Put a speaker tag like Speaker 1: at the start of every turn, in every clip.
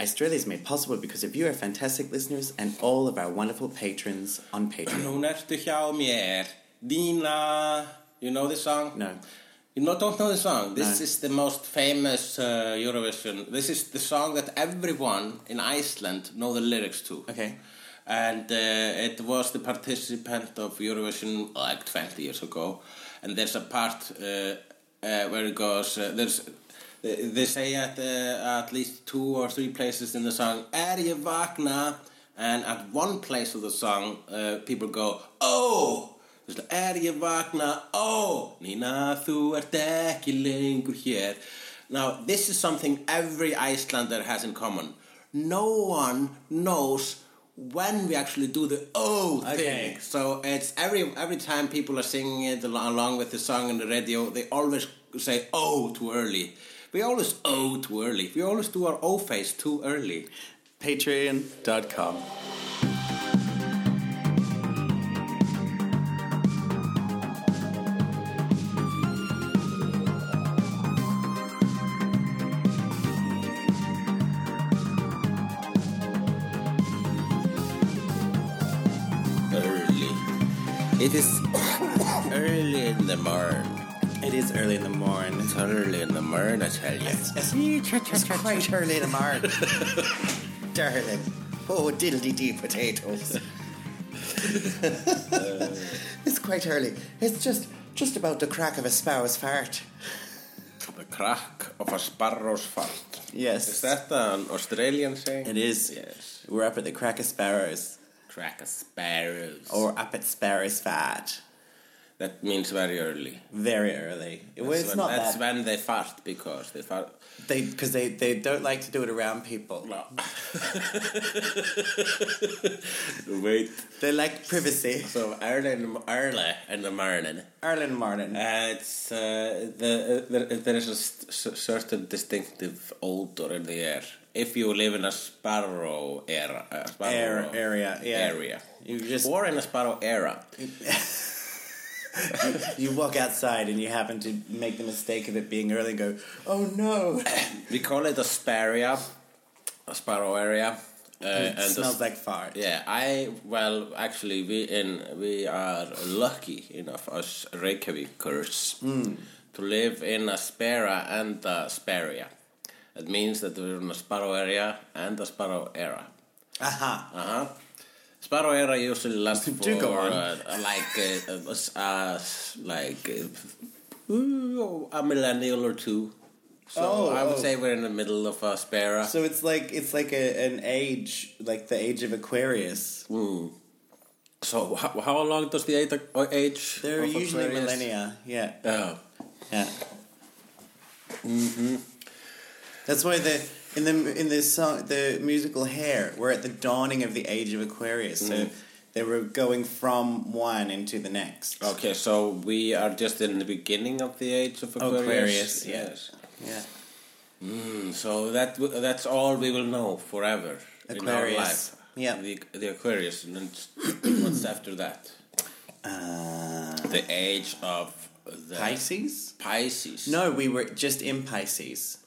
Speaker 1: Australia is made possible because of you, our fantastic listeners, and all of our wonderful patrons on Patreon.
Speaker 2: Lunach de Xiaomier. Dina. You know the song?
Speaker 1: No.
Speaker 2: You know, don't know the song. This
Speaker 1: No.
Speaker 2: is the most famous uh, Eurovision. This is the song that everyone in Iceland know the lyrics to.
Speaker 1: Okay.
Speaker 2: And uh, it was the participant of Eurovision like 20 years ago. And there's a part uh, uh, where it goes, uh, there's, they they say at, uh, at least two or three places in the song, Erje Vakna. And at one place of the song, uh, people go, Oh! Þú veist, er ég vakna, ó, Nína, þú ert ekki lengur hér. Now, this is something every Icelander has in common. No one knows when we actually do the oh
Speaker 1: Okay.
Speaker 2: thing. So it's every every time people are singing it al- along with the song on the radio, they always say oh too early. We always oh too early. We always do our oh face too early.
Speaker 1: Patreon.com.
Speaker 2: Early. It is early in the morn.
Speaker 1: It is early in the morning.
Speaker 2: It's early in the morn, I tell you.
Speaker 1: It's quite early in the morning. Darling. Oh, diddly dee potatoes. it's quite early. It's just just about the crack of a sparrow's fart.
Speaker 2: The crack of a sparrow's fart.
Speaker 1: Yes.
Speaker 2: Is that an Australian saying?
Speaker 1: It is.
Speaker 2: Yes.
Speaker 1: We're up at the crack of sparrows.
Speaker 2: Crack of sparrows.
Speaker 1: Or up at sparrow's fart.
Speaker 2: That means very early.
Speaker 1: Very early. Well,
Speaker 2: That's
Speaker 1: it's
Speaker 2: when-
Speaker 1: not
Speaker 2: That's
Speaker 1: that.
Speaker 2: when they fart because they fart.
Speaker 1: They because they, they don't like to do it around people.
Speaker 2: No. Wait.
Speaker 1: They like privacy.
Speaker 2: So early in, early in the morning,
Speaker 1: Ireland Martin.
Speaker 2: uh, it's uh, the, uh, there, there is a st- cer- certain distinctive odor in the air. If you live in a sparrow era, uh, sparrow
Speaker 1: Air area. Yeah.
Speaker 2: area,
Speaker 1: You just
Speaker 2: or in a sparrow era,
Speaker 1: you walk outside and you happen to make the mistake of it being early and go, Oh no.
Speaker 2: Uh, We call it a sparia, a sparrow area. Uh,
Speaker 1: It
Speaker 2: and
Speaker 1: smells
Speaker 2: the,
Speaker 1: like fart.
Speaker 2: yeah, I well actually we in we are lucky enough as Reykjavikers
Speaker 1: Hmm.
Speaker 2: to live in a spara and a sparia. It means that we're in a sparrow area and a sparrow era.
Speaker 1: Aha.
Speaker 2: Uh huh. Sparrow era usually lasts for
Speaker 1: Do go on.
Speaker 2: Uh, like uh, uh, s- uh, s- like uh, ooh, a millennial or two. So
Speaker 1: Oh,
Speaker 2: I would
Speaker 1: oh.
Speaker 2: say we're in the middle of a spara.
Speaker 1: So it's like it's like a, an age like the age of Aquarius.
Speaker 2: So how, how long does the age, uh, age
Speaker 1: They're
Speaker 2: of
Speaker 1: usually
Speaker 2: Aquarius-
Speaker 1: millennia. Yeah.
Speaker 2: Oh.
Speaker 1: Yeah. Mm-hmm. That's why the in the in the song the musical Hair we're at the dawning of the age of Aquarius.
Speaker 2: Mm.
Speaker 1: So they were going from one into the next.
Speaker 2: Okay, so we are just in the beginning of the age of Aquarius.
Speaker 1: Aquarius, yeah.
Speaker 2: yes.
Speaker 1: Yeah.
Speaker 2: Mm, so that w- that's all we will know forever in our
Speaker 1: Aquarius.
Speaker 2: life.
Speaker 1: Yeah.
Speaker 2: the, the Aquarius, and then what's after that?
Speaker 1: Uh,
Speaker 2: The age of the
Speaker 1: Pisces?
Speaker 2: Pisces.
Speaker 1: No, we were just in Pisces.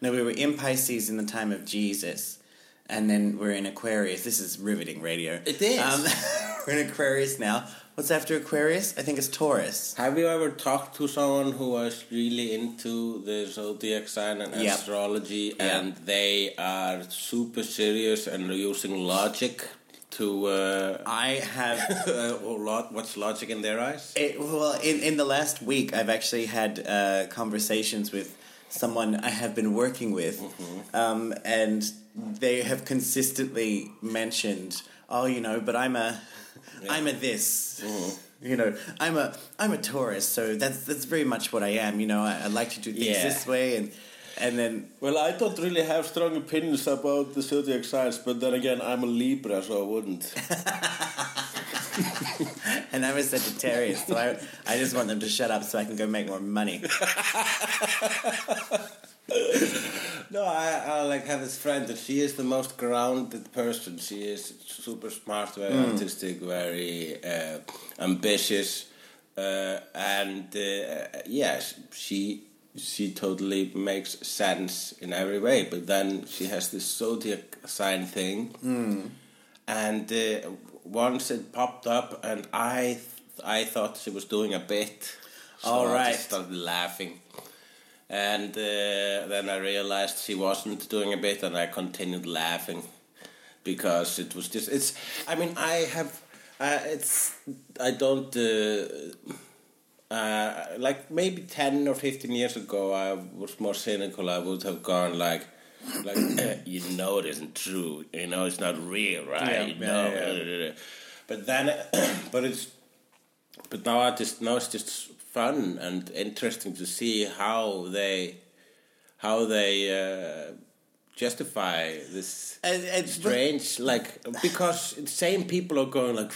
Speaker 1: No, we were in Pisces in the time of Jesus, and then we're in Aquarius. This is riveting radio.
Speaker 2: It is.
Speaker 1: Um, we're in Aquarius now. What's after Aquarius? I think it's Taurus.
Speaker 2: Have you ever talked to someone who was really into the zodiac sign and
Speaker 1: Yeah.
Speaker 2: astrology,
Speaker 1: Yeah.
Speaker 2: and they are super serious and using logic to uh,
Speaker 1: I have
Speaker 2: uh, or lo- what's logic in their eyes?
Speaker 1: It, well, in, in the last week, I've actually had uh, conversations with someone I have been working with,
Speaker 2: Mm-hmm.
Speaker 1: um, and they have consistently mentioned, "Oh, you know, but I'm a, am a this."
Speaker 2: Mm-hmm.
Speaker 1: You know, I'm a I'm a Taurus, so that's that's very much what I am. You know, I, I like to do things
Speaker 2: Yeah.
Speaker 1: this way, and and then
Speaker 2: Well, I don't really have strong opinions about the zodiac signs, but then again, I'm a Libra, so I wouldn't.
Speaker 1: and I'm a Sagittarius, so I I just want them to shut up so I can go make more money.
Speaker 2: No, I, I like have this friend and she is the most grounded person. She is super smart, very
Speaker 1: Mm.
Speaker 2: artistic, very uh, ambitious, uh, and uh, yes, she she totally makes sense in every way. But then she has this zodiac sign thing,
Speaker 1: Mm.
Speaker 2: and uh, once it popped up, and I th- I thought she was doing a bit. So
Speaker 1: All
Speaker 2: I
Speaker 1: right.
Speaker 2: just started laughing. And uh, then I realized she wasn't doing a bit, and I continued laughing because it was just. It's. I mean, I have. Uh, it's. I don't. Uh, uh, like maybe 10 or 15 years ago i was more cynical i would have gone like like eh, you know it isn't true you know it's not real right
Speaker 1: Yeah,
Speaker 2: you
Speaker 1: yeah,
Speaker 2: know
Speaker 1: yeah,
Speaker 2: but then but it's but now i just now it's just fun and interesting to see how they how they uh, justify this
Speaker 1: And, and,
Speaker 2: strange like because the same people are going like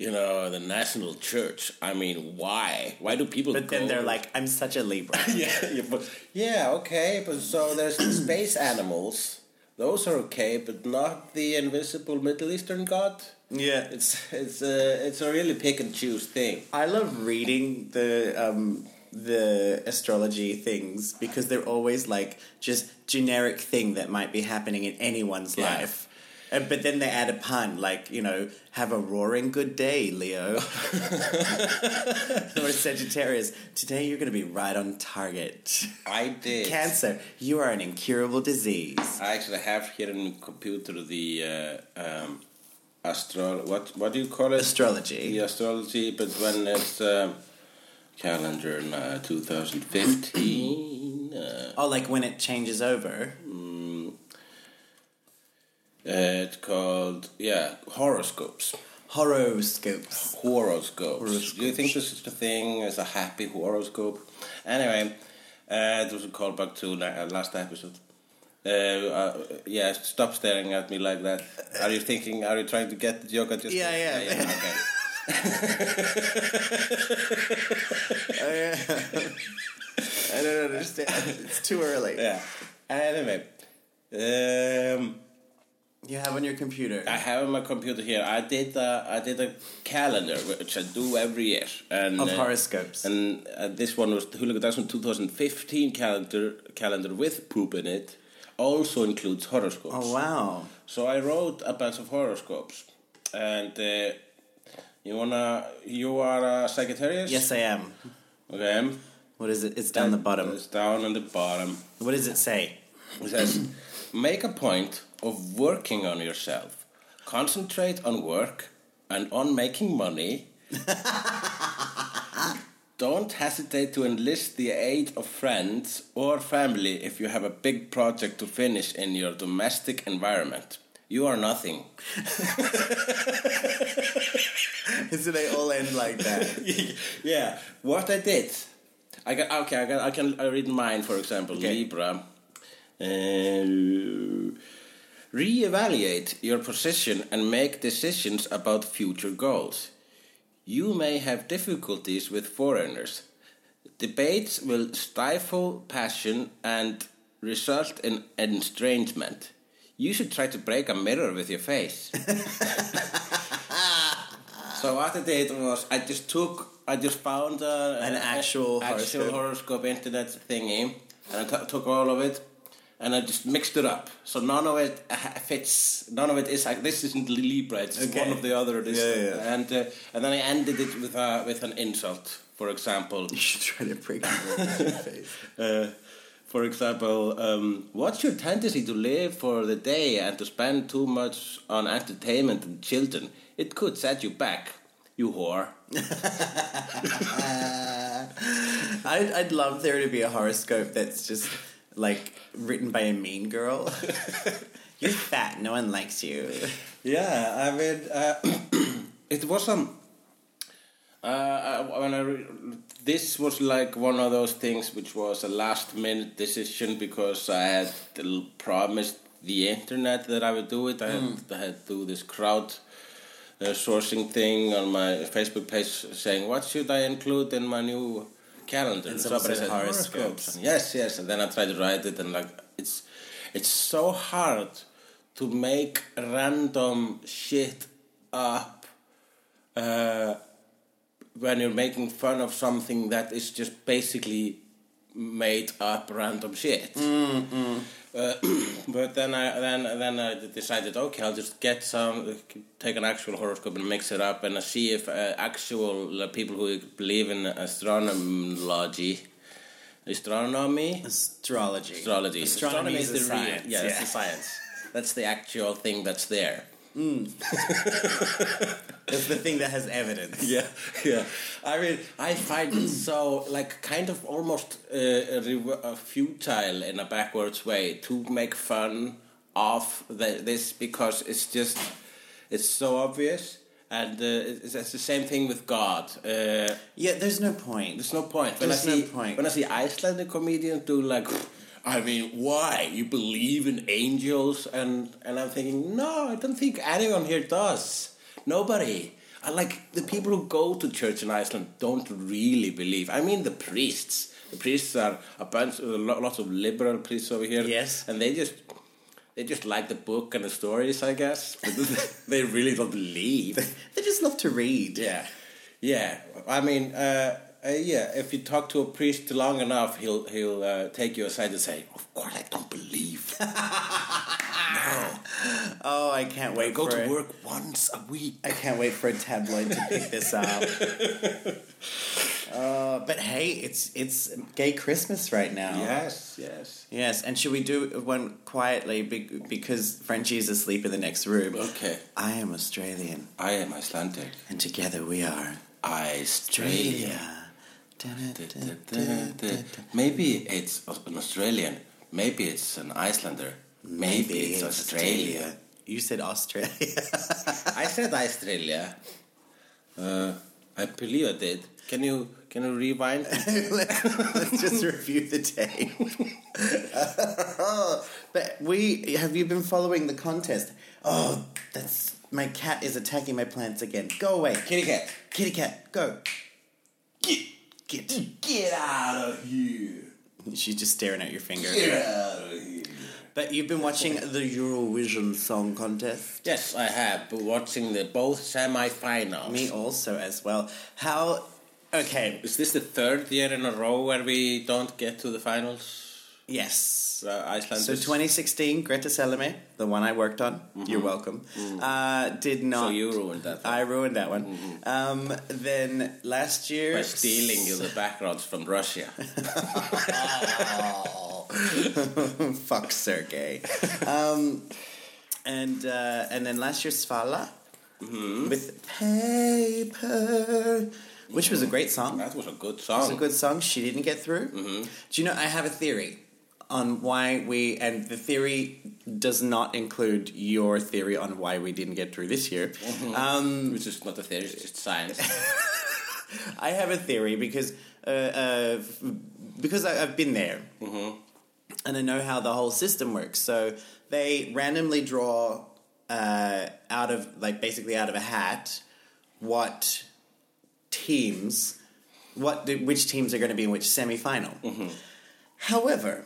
Speaker 2: you know the national church i mean why why do people
Speaker 1: but then
Speaker 2: go-
Speaker 1: they're like, I'm such a Libra.
Speaker 2: yeah, yeah, but, yeah okay but so there's the space animals those are okay but not the invisible middle eastern god
Speaker 1: yeah.
Speaker 2: it's it's a it's a really pick and choose thing
Speaker 1: I love reading the um, the astrology things because they're always like just generic thing that might be happening in anyone's
Speaker 2: Yeah.
Speaker 1: life. And, but then they add a pun, like you know, have a roaring good day, Leo, or Sagittarius. Today you're going to be right on target.
Speaker 2: i did
Speaker 1: Cancer, you are an incurable disease.
Speaker 2: I actually have here in computer the uh, um, astro. What what do you call it?
Speaker 1: Astrology.
Speaker 2: The astrology, but when it's um, calendar in, uh, 2015. Uh,
Speaker 1: Oh, like when it changes over.
Speaker 2: it's called yeah horoscopes.
Speaker 1: Horoscopes.
Speaker 2: Horoscopes.
Speaker 1: Horoscopes.
Speaker 2: Do you think there's such a thing as a happy horoscope? Anyway, uh, it was a callback to la- uh, last episode. Uh, uh, yeah, stop staring at me like that. Are you thinking? Are you trying to get the joke? I just
Speaker 1: Yeah, yeah.
Speaker 2: okay.
Speaker 1: I don't understand. it's too early.
Speaker 2: Yeah. Anyway, um,
Speaker 1: You have on your computer.
Speaker 2: I have on my computer here. I did a, I did a calendar which I do every year, and
Speaker 1: of
Speaker 2: uh,
Speaker 1: horoscopes.
Speaker 2: and uh, this one was the Hulagadasson 2015 calendar calendar with poop in it. Also includes horoscopes.
Speaker 1: oh wow!
Speaker 2: So I wrote a bunch of horoscopes, and uh, you wanna you are a Sagittarius.
Speaker 1: Yes, I am.
Speaker 2: Okay.
Speaker 1: What is it? It's down the bottom.
Speaker 2: It's down on the bottom.
Speaker 1: What does it say?
Speaker 2: It says, make a point of working on yourself. Concentrate on work and on making money. Don't hesitate to enlist the aid of friends or family if you have a big project to finish in your domestic environment. You are nothing.
Speaker 1: so they all end like that.
Speaker 2: yeah, what I did. I got okay. I got. I can I read mine for example.
Speaker 1: Okay.
Speaker 2: Libra. Uh, reevaluate your position and make decisions about future goals. You may have difficulties with foreigners. Debates will stifle passion and result in estrangement. You should try to break a mirror with your face. So what I did was I just took, I just found uh,
Speaker 1: An
Speaker 2: a-
Speaker 1: actual horoscope.
Speaker 2: actual horoscope internet thingy, and I t- took all of it, and I just mixed it up. So none of it uh, fits. None of it is like this isn't Libra. It's just
Speaker 1: Okay.
Speaker 2: one of the other. This,
Speaker 1: Yeah, yeah.
Speaker 2: And uh, and then I ended it with a with an insult. For example,
Speaker 1: You should try to break it. face.
Speaker 2: uh, for example, um, what's your tendency to live for the day and to spend too much on entertainment and children? It could set you back, you whore.
Speaker 1: I'd, I'd love there to be a horoscope that's just like written by a mean girl. You're fat. No one likes you.
Speaker 2: Yeah, I mean, uh, it was um. Uh, I- when I re- this was like one of those things which was a last minute decision because I had l- promised the internet that I would do it. I, had, I had to do this crowd uh, sourcing thing on my Facebook page saying what should I include in my new calendar. And
Speaker 1: someone
Speaker 2: somebody
Speaker 1: said
Speaker 2: said
Speaker 1: horoscopes.
Speaker 2: horoscopes. And yes, yes, and then I tried to write it and like it's it's so hard to make random shit up uh, when you're making fun of something that is just basically made up random shit. Uh, but then I then then I decided okay I'll just get some take an actual horoscope and mix it up and I see if uh, actual uh, people who believe in astronomology, astronomy,
Speaker 1: Astrology.
Speaker 2: astrology,
Speaker 1: Astronomy is, the
Speaker 2: the real-
Speaker 1: science.
Speaker 2: yeah, it's the science. That's the actual thing that's there.
Speaker 1: It's the thing that has evidence.
Speaker 2: yeah, yeah. I mean, I find it so like kind of almost uh, rev- uh, futile in a backwards way to make fun of the, this because it's just it's so obvious, and uh, it's, it's the same thing with God. Uh,
Speaker 1: Yeah, there's no point.
Speaker 2: there's no point. When
Speaker 1: There's
Speaker 2: I
Speaker 1: no
Speaker 2: see,
Speaker 1: point.
Speaker 2: When I see Icelandic comedians do like, I mean, why you believe in angels? And and I'm thinking, no, I don't think anyone here does. Nobody. I like the people who go to church in Iceland don't really believe. I mean, the priests. The priests are a bunch, a lo- lots of liberal priests over here.
Speaker 1: Yes.
Speaker 2: and they just. They just like the book and the stories, I guess. But they really don't believe.
Speaker 1: They just love to read.
Speaker 2: Yeah, yeah. I mean, uh, uh, yeah. If you talk to a priest long enough, he'll he'll uh, take you aside and say, "Of course, I don't believe.
Speaker 1: Oh, I can't wait
Speaker 2: Go
Speaker 1: for
Speaker 2: to
Speaker 1: it.
Speaker 2: work once a week."
Speaker 1: I can't wait for a tabloid to pick this up. Uh, but hey, it's it's gay Christmas right now.
Speaker 2: Yes, yes.
Speaker 1: Yes, and should we do one quietly be- because Frenchie is asleep in the next room?
Speaker 2: Okay,
Speaker 1: I am Australian,
Speaker 2: I am Icelandic.
Speaker 1: and together we are
Speaker 2: Australia.
Speaker 1: Australia. Dun, dun,
Speaker 2: Da,
Speaker 1: dun,
Speaker 2: da,
Speaker 1: dun.
Speaker 2: da. Maybe it's an Australian. Maybe it's an Icelander. Maybe, it's Australia.
Speaker 1: You said Australia.
Speaker 2: I said Australia. Uh, I believe I did. Can you can you rewind?
Speaker 1: let's, let's just review the tape. but we have you been following the contest? Oh, that's my cat is attacking my plants again. Go away,
Speaker 2: Kitty cat.
Speaker 1: kitty cat. Go.
Speaker 2: Get,
Speaker 1: Get.
Speaker 2: get out of here.
Speaker 1: She's just staring at your finger.
Speaker 2: Get out of here.
Speaker 1: But you've been watching the Eurovision Song Contest.
Speaker 2: Yes, I have been watching the both semi-finals.
Speaker 1: Me also as well. How? Okay.
Speaker 2: Is this the third year in a row where we don't get to the finals?
Speaker 1: Yes.
Speaker 2: Uh, Iceland.
Speaker 1: So 2016, Greta Salome, the one I worked on. You're welcome. Uh, did not.
Speaker 2: Mm-hmm. So you ruined that
Speaker 1: I ruined that one. Um, then last year,
Speaker 2: Mm-hmm. by stealing you the backgrounds from Russia.
Speaker 1: fuck Sergey. um, and uh, and then last year Svala
Speaker 2: Mm-hmm.
Speaker 1: with paper, which was a great song.
Speaker 2: Mm-hmm. That was a good
Speaker 1: It's
Speaker 2: song. Mm-hmm.
Speaker 1: a good song. She didn't get through. Do you know? I have a theory on why we and the theory does not include your theory on why we didn't get through this year.
Speaker 2: Which is not a theory, it's just science.
Speaker 1: I have a theory because uh, uh, f- because I, I've been there, and I know how the whole system works. So they randomly draw uh, out of like basically out of a hat what teams, what do- which teams are going to be in which semifinal. However.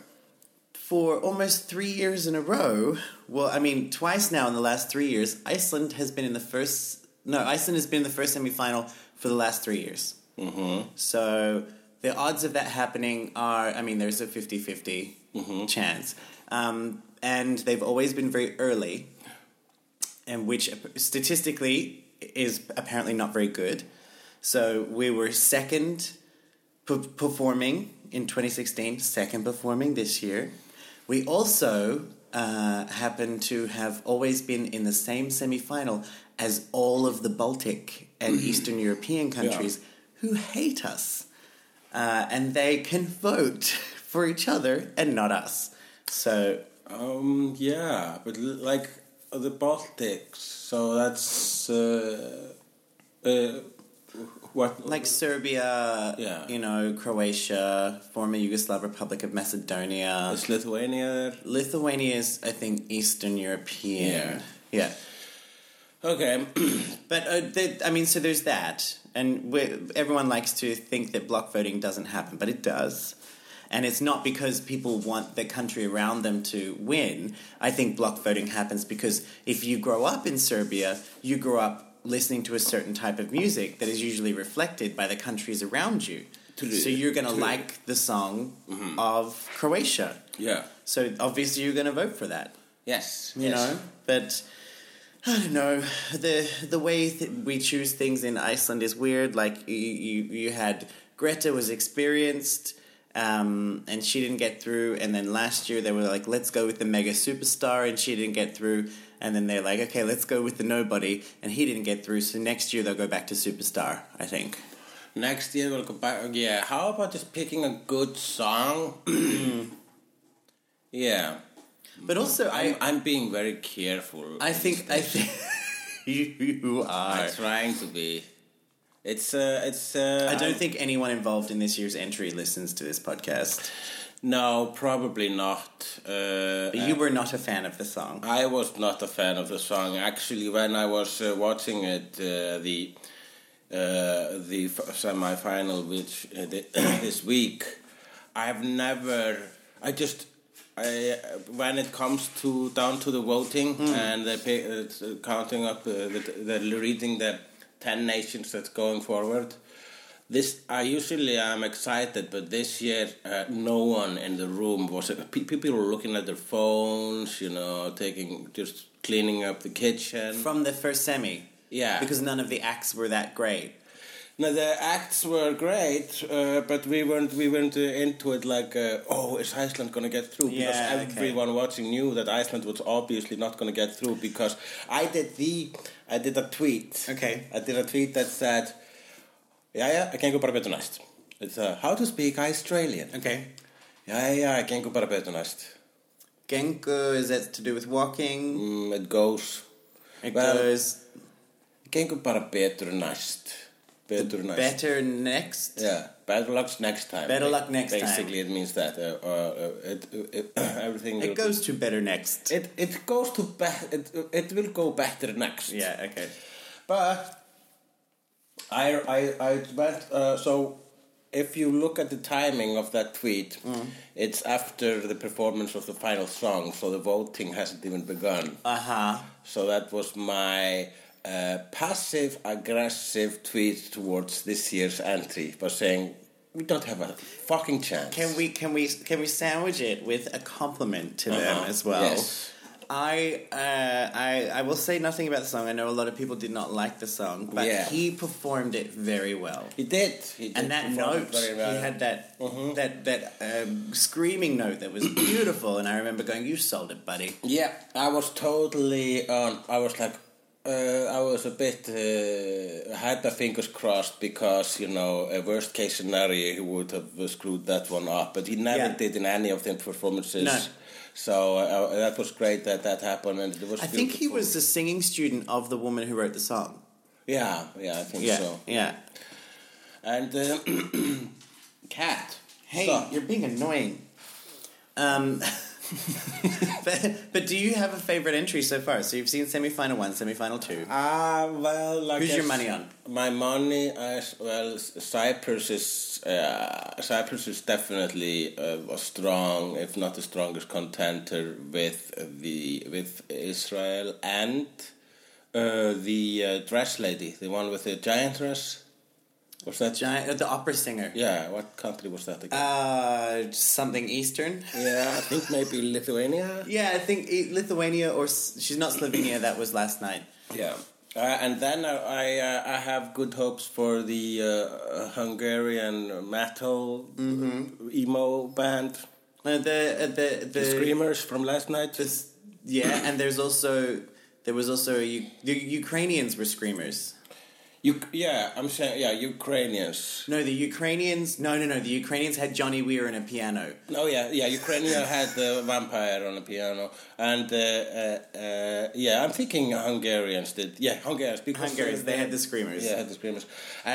Speaker 1: For almost three years in a row, well, I mean, twice now in the last three years, Iceland has been in the first. No, Iceland has been in the first semifinal for the last three years. So the odds of that happening are, I mean, there's a 50 50 chance. Um, and they've always been very early, and which statistically is apparently not very good. So we were second p- performing in 2016, second performing this year. We also uh, happen to have always been in the same semi-final as all of the Baltic and Eastern European countries who hate us, uh, and they can vote for each other and not us. So
Speaker 2: Um, yeah, but l- like uh, the Baltics, so that's uh, uh, what
Speaker 1: like Serbia,
Speaker 2: Yeah.
Speaker 1: you know, Croatia, former Yugoslav Republic of Macedonia,
Speaker 2: is Lithuania there?
Speaker 1: Lithuania is, I think, Eastern European. yeah.
Speaker 2: Okay,
Speaker 1: But uh, the, I mean, so there's that, and we're- everyone likes to think that block voting doesn't happen, but it does. And it's not because people want the country around them to win. I think block voting happens because if you grow up in Serbia, you grow up listening to a certain type of music that is usually reflected by the countries around you.
Speaker 2: True.
Speaker 1: So you're going to
Speaker 2: True. Mm-hmm.
Speaker 1: like the song of Croatia.
Speaker 2: Yeah.
Speaker 1: So obviously you're going to vote for that,
Speaker 2: Yes.
Speaker 1: you
Speaker 2: yes.
Speaker 1: know? But I don't know. The the way th- we choose things in Iceland is weird. Like you you, you had Greta was experienced um, and she didn't get through and then last year they were like let's go with the mega superstar and she didn't get through and then they're like okay let's go with the nobody and he didn't get through so next year they'll go back to superstar I think.
Speaker 2: Next year we'll go back. Yeah, how about just picking a good song? yeah,
Speaker 1: But also
Speaker 2: I'm,
Speaker 1: I
Speaker 2: I'm being very careful.
Speaker 1: I think I think you are
Speaker 2: I'm trying to be. It's uh, it's. Uh,
Speaker 1: I don't think anyone involved in this year's entry listens to this podcast.
Speaker 2: No, probably not. Uh,
Speaker 1: But you were not a fan of the song.
Speaker 2: I was not a fan of the song. Actually, when I was uh, watching it, uh, the uh, the f- semi-final, which uh, the, this week, I've never. I just. I, when it comes to down to the voting and the pay, uh, it's, uh, counting up uh, the, the reading the ten nations that's going forward, this I usually am excited, but this year uh, no one in the room was. uh, Pe- people were looking at their phones, you know, taking just cleaning up the kitchen.
Speaker 1: From the first semi.
Speaker 2: yeah,
Speaker 1: Because none of the acts were that great.
Speaker 2: No, the acts were great, uh, but we weren't we weren't uh, into it like, uh, oh, is Iceland gonna get through? Because
Speaker 1: Yeah, okay.
Speaker 2: everyone watching knew that Iceland was obviously not gonna get through. Because I did the I did a tweet.
Speaker 1: Okay.
Speaker 2: I did a tweet that said, yeah, yeah, I can go better næst. It's uh, how to speak Australian.
Speaker 1: Okay.
Speaker 2: Yeah, yeah, I can go better næst.
Speaker 1: Genku, is that to do with walking?
Speaker 2: Mm, it goes.
Speaker 1: It
Speaker 2: well,
Speaker 1: goes
Speaker 2: Gengur bara betur næst. Betur næst.
Speaker 1: better next.
Speaker 2: Yeah, better luck next time.
Speaker 1: Better luck next time.
Speaker 2: Basically, it means that uh, uh, uh, it, it, everything. will-
Speaker 1: It goes to better next.
Speaker 2: It it goes to be- it it will go better next.
Speaker 1: yeah, okay.
Speaker 2: But I I I went uh, so. If you look at the timing of that tweet,
Speaker 1: Mm.
Speaker 2: it's after the performance of the final song, so the voting hasn't even begun.
Speaker 1: Uh huh.
Speaker 2: So that was my uh, passive aggressive tweet towards this year's entry by saying, we don't have a fucking chance.
Speaker 1: Can we can we can we sandwich it with a compliment to them
Speaker 2: Uh-huh.
Speaker 1: as well?
Speaker 2: Yes.
Speaker 1: I, uh, I I will say nothing about the song. I know a lot of people did not like the song, but
Speaker 2: Yeah.
Speaker 1: he performed it very well.
Speaker 2: He did. He did
Speaker 1: and that
Speaker 2: perform
Speaker 1: note he
Speaker 2: very well.
Speaker 1: had that that that um, screaming note that was beautiful and i remember going you sold it buddy
Speaker 2: Yeah, I was totally on. I was like, uh, I was a bit uh, had my fingers crossed because you know, a worst case scenario, he would have uh, screwed that one up. But he never
Speaker 1: Yeah.
Speaker 2: did in any of the performances.
Speaker 1: No.
Speaker 2: So uh, that was great that that happened, and it was.
Speaker 1: i think he
Speaker 2: beautiful.
Speaker 1: was the singing student of the woman who wrote the song
Speaker 2: Yeah, yeah, I think
Speaker 1: yeah
Speaker 2: so.
Speaker 1: yeah
Speaker 2: And uh, cat.
Speaker 1: hey
Speaker 2: Stop.
Speaker 1: you're being annoying um but, but do you have a favorite entry so far so you've seen semi-final one semi-final two
Speaker 2: Ah, well, like
Speaker 1: Who's your money on?
Speaker 2: My money, as well, Cyprus is uh, Cyprus is definitely uh, a strong, if not the strongest contender with the with Israel and uh, the uh, dress lady, the one with the giant dress. Was that?
Speaker 1: giant uh, the opera singer
Speaker 2: Yeah. What country was that again?
Speaker 1: uh something eastern
Speaker 2: yeah, I think maybe Lithuania.
Speaker 1: yeah i think eh, lithuania or S- she's not slovenia that was last night
Speaker 2: Yeah. Uh, and then I I, uh, I have good hopes for the uh, Hungarian metal
Speaker 1: Mm-hmm.
Speaker 2: emo band,
Speaker 1: uh, the, uh, the
Speaker 2: the Screamers from last night.
Speaker 1: This, yeah, and there's also there was also U- the Ukrainians were screamers.
Speaker 2: you, yeah, I'm saying yeah, Ukrainians.
Speaker 1: No, the Ukrainians. No, no, no. The Ukrainians had Johnny Weir and a piano.
Speaker 2: Oh yeah, yeah, Ukrainian had the vampire on the piano, and uh, uh, uh, yeah, I'm thinking Hungarians did. Yeah, Hungarians because uh,
Speaker 1: Hungarians. They had the screamers.
Speaker 2: Yeah, had the screamers.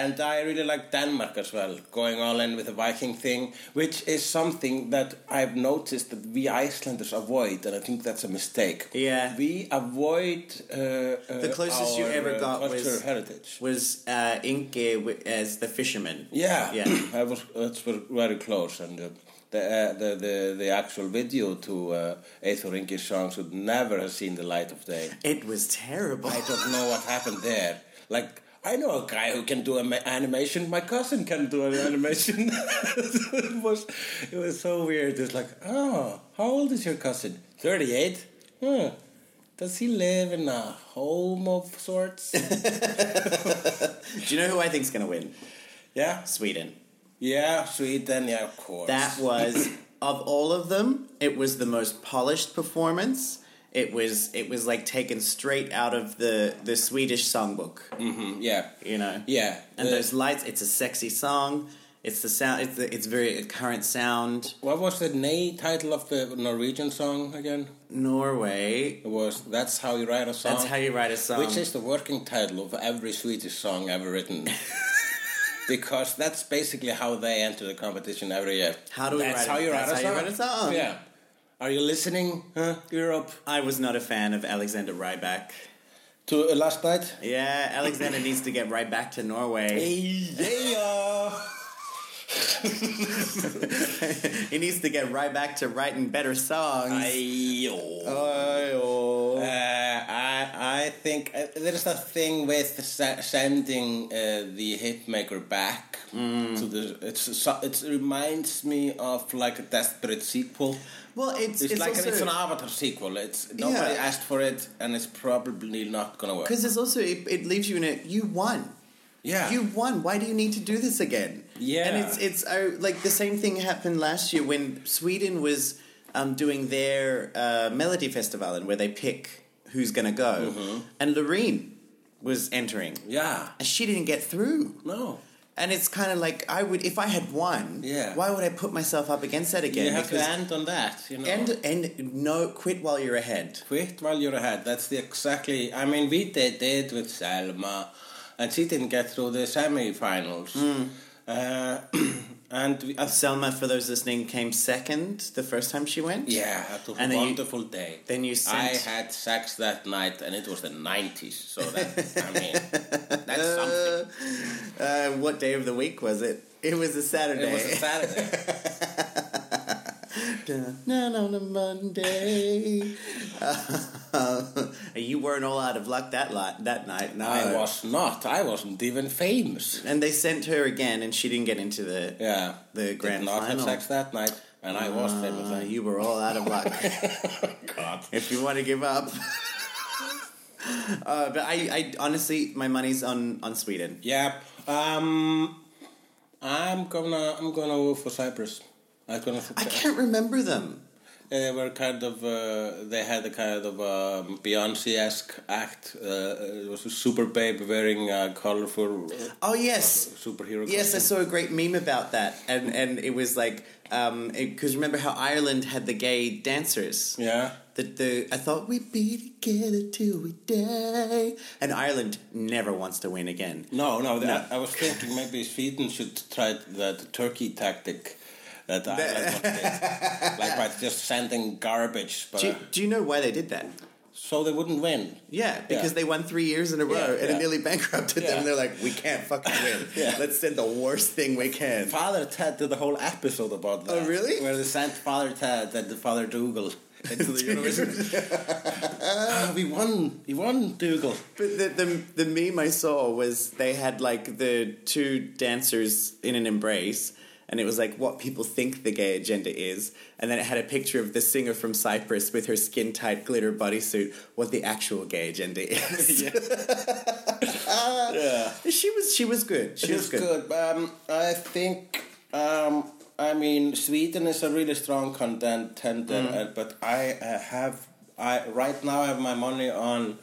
Speaker 2: And I really like Denmark as well, going all in with the Viking thing, which is something that I've noticed that we Icelanders avoid, and I think that's a mistake.
Speaker 1: Yeah.
Speaker 2: We avoid uh, uh,
Speaker 1: The closest you
Speaker 2: our,
Speaker 1: ever
Speaker 2: uh,
Speaker 1: got was-
Speaker 2: cultural heritage.
Speaker 1: Was uh, Inke wi- as the fisherman?
Speaker 2: Yeah,
Speaker 1: Yeah.
Speaker 2: I was that's ver- very close, and uh, the, uh, the the the actual video to uh, Eithor Ingi's song should never have seen the light of day.
Speaker 1: It was terrible.
Speaker 2: I don't know what happened there. Like I know a guy who can do an animation. My cousin can do an animation. it was it was so weird. It's like, oh, how old is your cousin? Thirty eight. Huh. Does he live in a home of sorts?
Speaker 1: Do you know who I think's going to win?
Speaker 2: yeah.
Speaker 1: Sweden.
Speaker 2: Yeah, Sweden. Yeah, of course.
Speaker 1: That was of all of them, it was the most polished performance. It was it was like taken straight out of the the Swedish songbook,
Speaker 2: Mhm, yeah.
Speaker 1: you know.
Speaker 2: Yeah.
Speaker 1: And
Speaker 2: the-
Speaker 1: those lights, it's a sexy song. It's the sound. It's the, it's very current sound.
Speaker 2: what was the na- title of the Norwegian song again?
Speaker 1: Norway.
Speaker 2: It was "That's How You Write a Song."
Speaker 1: That's how you write a song.
Speaker 2: Oh. Which is the working title of every Swedish song ever written. because that's basically how they enter the competition every year.
Speaker 1: How do we
Speaker 2: that's
Speaker 1: write
Speaker 2: how
Speaker 1: it?
Speaker 2: you write
Speaker 1: That's how
Speaker 2: a
Speaker 1: you
Speaker 2: song.
Speaker 1: write a song.
Speaker 2: Yeah. Are you listening, huh, Europe,
Speaker 1: I was not a fan of Alexander Ryback.
Speaker 2: to uh, last night?
Speaker 1: Yeah, Alexander needs to get right back to Norway.
Speaker 2: Yeah.
Speaker 1: he needs to get right back to writing better songs. Oh.
Speaker 2: Uh, I, I think uh, there's a thing with se- sending uh, the hitmaker back
Speaker 1: Mm.
Speaker 2: to the. It's, so- it reminds me of like a desperate sequel.
Speaker 1: well, it's
Speaker 2: It's,
Speaker 1: it's,
Speaker 2: like
Speaker 1: also,
Speaker 2: it's an Avatar sequel. It's nobody
Speaker 1: Yeah.
Speaker 2: asked for it, and it's probably not gonna work.
Speaker 1: because it's also it, it leaves you in a you won.
Speaker 2: Yeah,
Speaker 1: You won. Why do you need to do this again?
Speaker 2: Yeah.
Speaker 1: and it's it's uh, like the same thing happened last year when Sweden was um, doing their uh, Melody Festival and where they pick who's gonna go,
Speaker 2: Mm-hmm.
Speaker 1: and Loreen was entering,
Speaker 2: yeah,
Speaker 1: and she didn't get through.
Speaker 2: no.
Speaker 1: And it's kind of like I would if I had won.
Speaker 2: Yeah.
Speaker 1: Why would I put myself up against that again?
Speaker 2: you have to end on that. You know,
Speaker 1: and and no, quit while you're ahead.
Speaker 2: quit while you're ahead. That's the exactly. I mean, we did it with Selma, and she didn't get through the semi-finals.
Speaker 1: Mm.
Speaker 2: Uh, and we, uh,
Speaker 1: Selma, for those listening, came second the first time she went.
Speaker 2: yeah, that was
Speaker 1: And
Speaker 2: a
Speaker 1: then you-
Speaker 2: wonderful day.
Speaker 1: Then you sent.
Speaker 2: I had sex that night, and it was the '90s. So that I mean, that's something.
Speaker 1: Uh, uh, what day of the week was it? It was a Saturday.
Speaker 2: It was a Saturday.
Speaker 1: Not on a Monday. Uh, you weren't all out of luck that lot that night. No,
Speaker 2: I was not. I wasn't even famous.
Speaker 1: And they sent her again, and she didn't get into the
Speaker 2: Yeah.
Speaker 1: the grand
Speaker 2: Did not
Speaker 1: final.
Speaker 2: have sex that night, and I was famous.
Speaker 1: Uh,
Speaker 2: That
Speaker 1: you were all out of luck. Uh,
Speaker 2: God.
Speaker 1: if you want to give up. Uh, but I, I honestly, my money's on, on Sweden.
Speaker 2: Yep. Um, I'm gonna I'm gonna go for Cyprus. I'm gonna.
Speaker 1: I can't remember them.
Speaker 2: They were kind of. Uh, they had a kind of um, Beyonce esque act. Uh, it was a super babe wearing a colorful
Speaker 1: Oh yes,
Speaker 2: superhero.
Speaker 1: yes, I
Speaker 2: costume.
Speaker 1: saw a great meme about that, and and it was like, um, because remember how Ireland had the gay dancers.
Speaker 2: Yeah.
Speaker 1: The, the I thought we'd be together till we die, and Ireland never wants to win again.
Speaker 2: No, no. I, I was thinking maybe Sweden should try that Turkey tactic. That Ireland did. like by just sending garbage, but
Speaker 1: Do you,
Speaker 2: uh,
Speaker 1: do you know why they did that?
Speaker 2: so they wouldn't win.
Speaker 1: Yeah, because
Speaker 2: Yeah.
Speaker 1: they won three years in a row
Speaker 2: Yeah,
Speaker 1: and
Speaker 2: yeah.
Speaker 1: it nearly bankrupted them.
Speaker 2: Yeah.
Speaker 1: And they're like, we can't fucking win.
Speaker 2: Yeah.
Speaker 1: Let's send the worst thing we can.
Speaker 2: Father Ted did a whole episode about that.
Speaker 1: Oh, really?
Speaker 2: Where they sent Father Ted and the Father Dougal into the universe. Ah, we won. We won, Dougal.
Speaker 1: But the, the, the meme I saw was they had like the two dancers in an embrace. And it was like what people think the gay agenda is. And then it had a picture of the singer from Cyprus with her skin tight glitter bodysuit, what the actual gay agenda is.
Speaker 2: Yeah.
Speaker 1: she was she was good. She
Speaker 2: It was good. Um, I think. Um, I mean, Sweden is a really strong contender, uh, but I uh, have. I right now I have my money on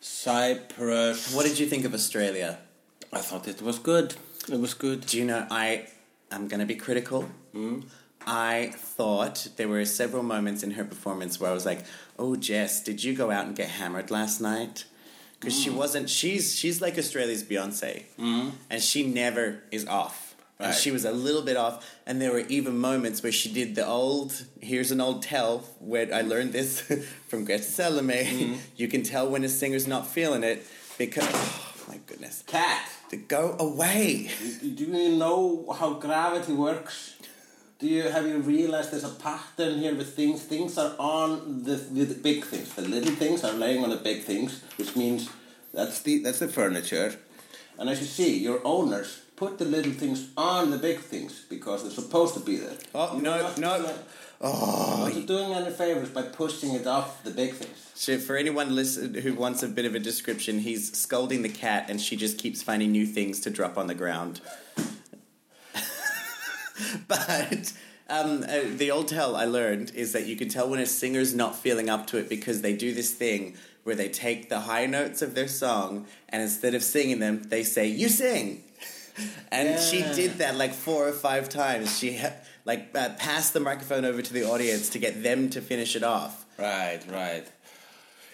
Speaker 2: Cyprus.
Speaker 1: What did you think of Australia?
Speaker 2: I thought it was good. It was good.
Speaker 1: Do you know I I'm gonna be critical. I thought there were several moments in her performance where I was like, "Oh, Jess, did you go out and get hammered last night?" Because she wasn't. She's she's like Australia's Beyonce, and she never is off. And
Speaker 2: Right.
Speaker 1: she was a little bit off, and there were even moments where she did the old. Here's an old tell where I learned this from Greta Salome. You can tell when a singer's not feeling it because. Oh, my goodness.
Speaker 2: Cat.
Speaker 1: Go away.
Speaker 2: Do you know how gravity works? Do you have you realized there's a pattern here with things? Things are on the, the, the big things. The little things are laying on the big things, which means that's the that's the furniture. And as you see, your owners put the little things on the big things because they're supposed to be there.
Speaker 1: Oh, no,
Speaker 2: You're not-
Speaker 1: no. Oh.
Speaker 2: You're not doing any favors by pushing it off the big things.
Speaker 1: So for anyone listen, who wants a bit of a description, he's scolding the cat, and she just keeps finding new things to drop on the ground. but um, uh, the old tell I learned is that you can tell when a singer's not feeling up to it because they do this thing where they take the high notes of their song, and instead of singing them, they say, "You sing." And she
Speaker 2: Yeah.
Speaker 1: did that like four or five times. She ha- like uh, passed the microphone over to the audience to get them to finish it off.
Speaker 2: Right, right.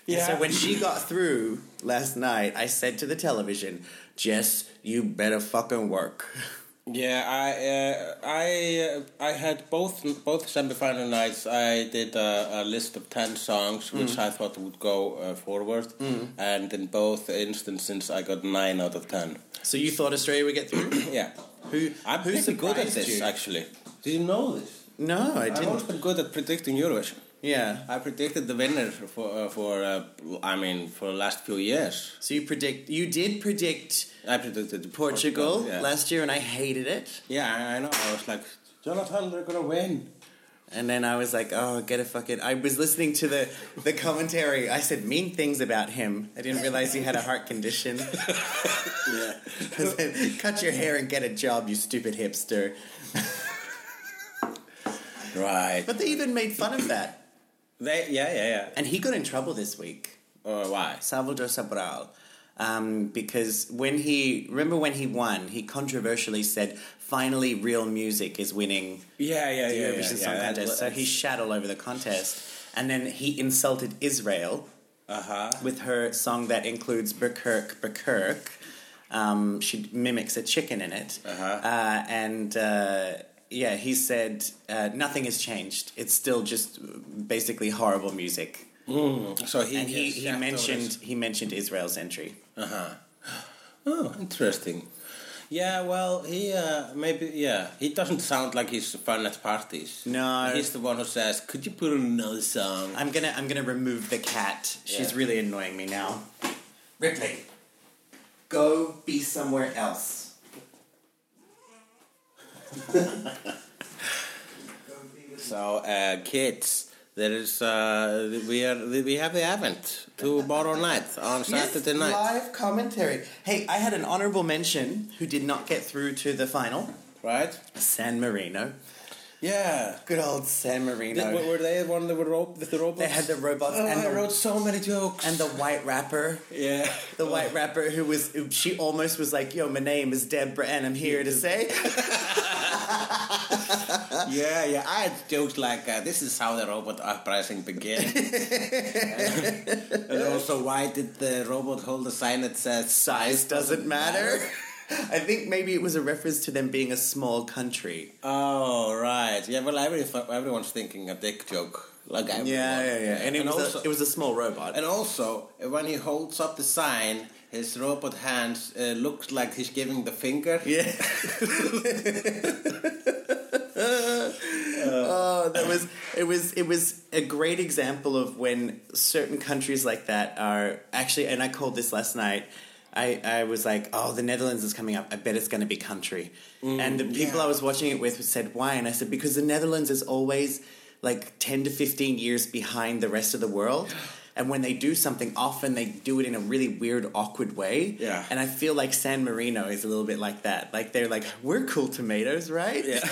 Speaker 1: And So when she got through last night, I said to the television, "Jess, you better fucking work."
Speaker 2: Yeah, I uh, I uh, I had both both semifinal nights. I did a, a list of ten songs which I thought would go uh, forward, and in both instances I got nine out of ten.
Speaker 1: So you thought Australia would get through?
Speaker 2: Yeah,
Speaker 1: Who?
Speaker 2: I'm
Speaker 1: who
Speaker 2: pretty good at
Speaker 1: surprised
Speaker 2: this
Speaker 1: you?
Speaker 2: actually. Did you know this?
Speaker 1: No, I
Speaker 2: I've always
Speaker 1: didn't.
Speaker 2: been good at predicting Eurovision.
Speaker 1: Yeah.
Speaker 2: I predicted the winner for uh, for uh, I mean for the last few years.
Speaker 1: So you predict? You did predict
Speaker 2: I predicted
Speaker 1: Portugal
Speaker 2: yeah.
Speaker 1: last year, and I hated it.
Speaker 2: yeah, I- I know. I was like, Jonathan, they're gonna win.
Speaker 1: And then I was like, "Oh, get a fucking." I was listening to the the commentary. I said mean things about him. I didn't realize he had a heart condition.
Speaker 2: Yeah.
Speaker 1: I said, Cut your hair and get a job, you stupid hipster.
Speaker 2: Right.
Speaker 1: But they even made fun of that.
Speaker 2: They, yeah, yeah, yeah.
Speaker 1: And he got in trouble this week,
Speaker 2: Or why?
Speaker 1: Salvador Sobral, um, because when he remember when he won, he controversially said, "Finally, real music is winning
Speaker 2: Yeah, yeah, uh,
Speaker 1: the Eurovision Song Contest." So he shat all over the contest, and then he insulted Israel
Speaker 2: uh huh.
Speaker 1: with her song that includes Berkirk Berkirk. Um, she mimics a chicken in it.
Speaker 2: Uh-huh.
Speaker 1: Uh, and uh, yeah, he said, uh, nothing has changed. It's still just uh, basically horrible music.
Speaker 2: So he
Speaker 1: And he,
Speaker 2: yes,
Speaker 1: he
Speaker 2: yeah,
Speaker 1: mentioned he mentioned Israel's entry.
Speaker 2: Oh, interesting. Yeah, well, he uh, maybe yeah. He doesn't sound like he's fun at parties.
Speaker 1: No.
Speaker 2: he's the one who says, "Could you put on another song?"
Speaker 1: I'm gonna I'm gonna remove the cat. She's
Speaker 2: Yeah.
Speaker 1: really annoying me now. Ripley, go be somewhere else.
Speaker 2: So, uh, kids, there is uh, we are we have the event tomorrow night on Saturday night.
Speaker 1: Live commentary. Hey, I had an honorable mention who did not get through to the final.
Speaker 2: right?
Speaker 1: San Marino.
Speaker 2: Yeah.
Speaker 1: Good old San
Speaker 2: Were
Speaker 1: Marino.
Speaker 2: were they the one that were rope with the robots?
Speaker 1: They had the robots
Speaker 2: Oh,
Speaker 1: and
Speaker 2: I
Speaker 1: the-
Speaker 2: wrote so many jokes.
Speaker 1: And the white rapper.
Speaker 2: yeah.
Speaker 1: The white rapper who was she almost was like, yo, my name is Deborah and I'm here to say
Speaker 2: Yeah, yeah. I had jokes like, uh, this is how the robot uprising began. and also, why did the robot hold a sign that says,
Speaker 1: size doesn't matter. I think maybe it was a reference to them being a small country.
Speaker 2: oh, right. Yeah, well, every, everyone's thinking a dick joke. Like everyone.
Speaker 1: And it was
Speaker 2: also,
Speaker 1: a, it was a small robot.
Speaker 2: and also, uh, when he holds up the sign, his robot hands uh, looks like he's giving the finger.
Speaker 1: yeah. oh, that was it was it was a great example of when certain countries like that are actually and I called this last night. I, I was like, oh, the Netherlands is coming up. I bet it's going to be country.
Speaker 2: Mm,
Speaker 1: and the people I was watching it with said, why? And I said, because the Netherlands is always like 10 to 15 years behind the rest of the world. And when they do something, often they do it in a really weird, awkward way.
Speaker 2: Yeah.
Speaker 1: And I feel like San Marino is a little bit like that. Like they're like, we're cool tomatoes, right?
Speaker 2: Yeah.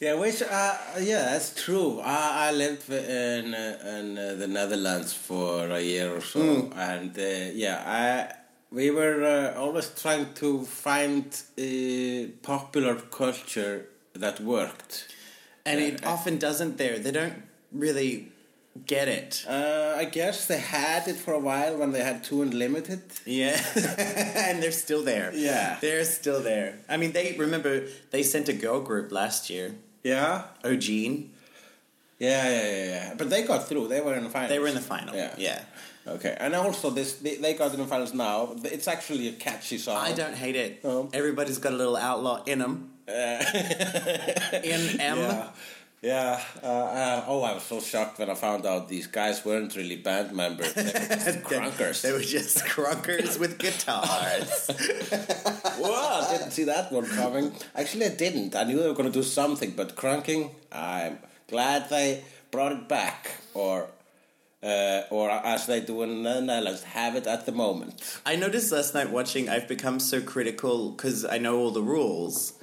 Speaker 2: Yeah, which uh, yeah, that's true. I, I lived in uh, in uh, the Netherlands for a year or so, and uh, yeah, I we were uh, always trying to find uh, popular culture that worked.
Speaker 1: And it often doesn't there. They don't really get it.
Speaker 2: Uh, I guess they had it for a while when they had two unlimited.
Speaker 1: Yeah. and they're still there.
Speaker 2: Yeah.
Speaker 1: They're still there. I mean, they remember they sent a girl group last year,
Speaker 2: Yeah.
Speaker 1: Ogene.
Speaker 2: Yeah, yeah, yeah, yeah. But they got through. They were in the final.
Speaker 1: They were in the final.
Speaker 2: Yeah.
Speaker 1: Yeah.
Speaker 2: Okay, and also this they, they got in the finals now. It's actually a catchy song.
Speaker 1: I don't hate it.
Speaker 2: Oh. Uh.
Speaker 1: Everybody's got a little outlaw in them. in M.
Speaker 2: Yeah. Yeah. Uh, uh, oh, I was so shocked when I found out these guys weren't really band members. They were just crunkers.
Speaker 1: They were just cronkers with guitars.
Speaker 2: Whoa, I didn't see that one coming. Actually, I didn't. I knew they were going to do something, but crunking, I'm glad they brought it back. Or, uh, or as they do in the Netherlands, have it at the moment.
Speaker 1: I noticed last night watching, I've become so critical because I know all the rules.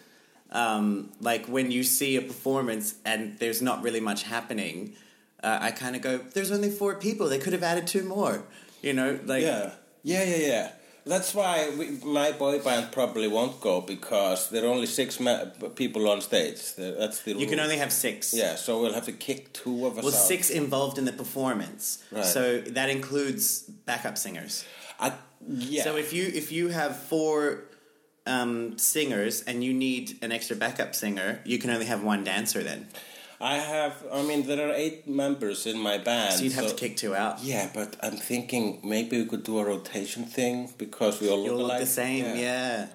Speaker 1: Um, like when you see a performance and there's not really much happening, uh, I kind of go, there's only four people. They could have added two more. You know, like,
Speaker 2: Yeah, yeah, yeah, yeah. That's why we, my boy band probably won't go because there are only six ma- people on stage. There- That's the
Speaker 1: you can
Speaker 2: rule.
Speaker 1: only have six.
Speaker 2: yeah. So we'll have to kick two of us
Speaker 1: Well,
Speaker 2: out.
Speaker 1: six involved in the performance.
Speaker 2: Right.
Speaker 1: So that includes backup singers.
Speaker 2: I, yeah.
Speaker 1: So if you if you have four um, singers and you need an extra backup singer, you can only have one dancer then.
Speaker 2: I have. I mean, there are eight members in my band.
Speaker 1: So you'd have to kick two out.
Speaker 2: Yeah, but I'm thinking maybe we could do a rotation thing because we all
Speaker 1: You all
Speaker 2: look
Speaker 1: look
Speaker 2: alike.
Speaker 1: the same, yeah.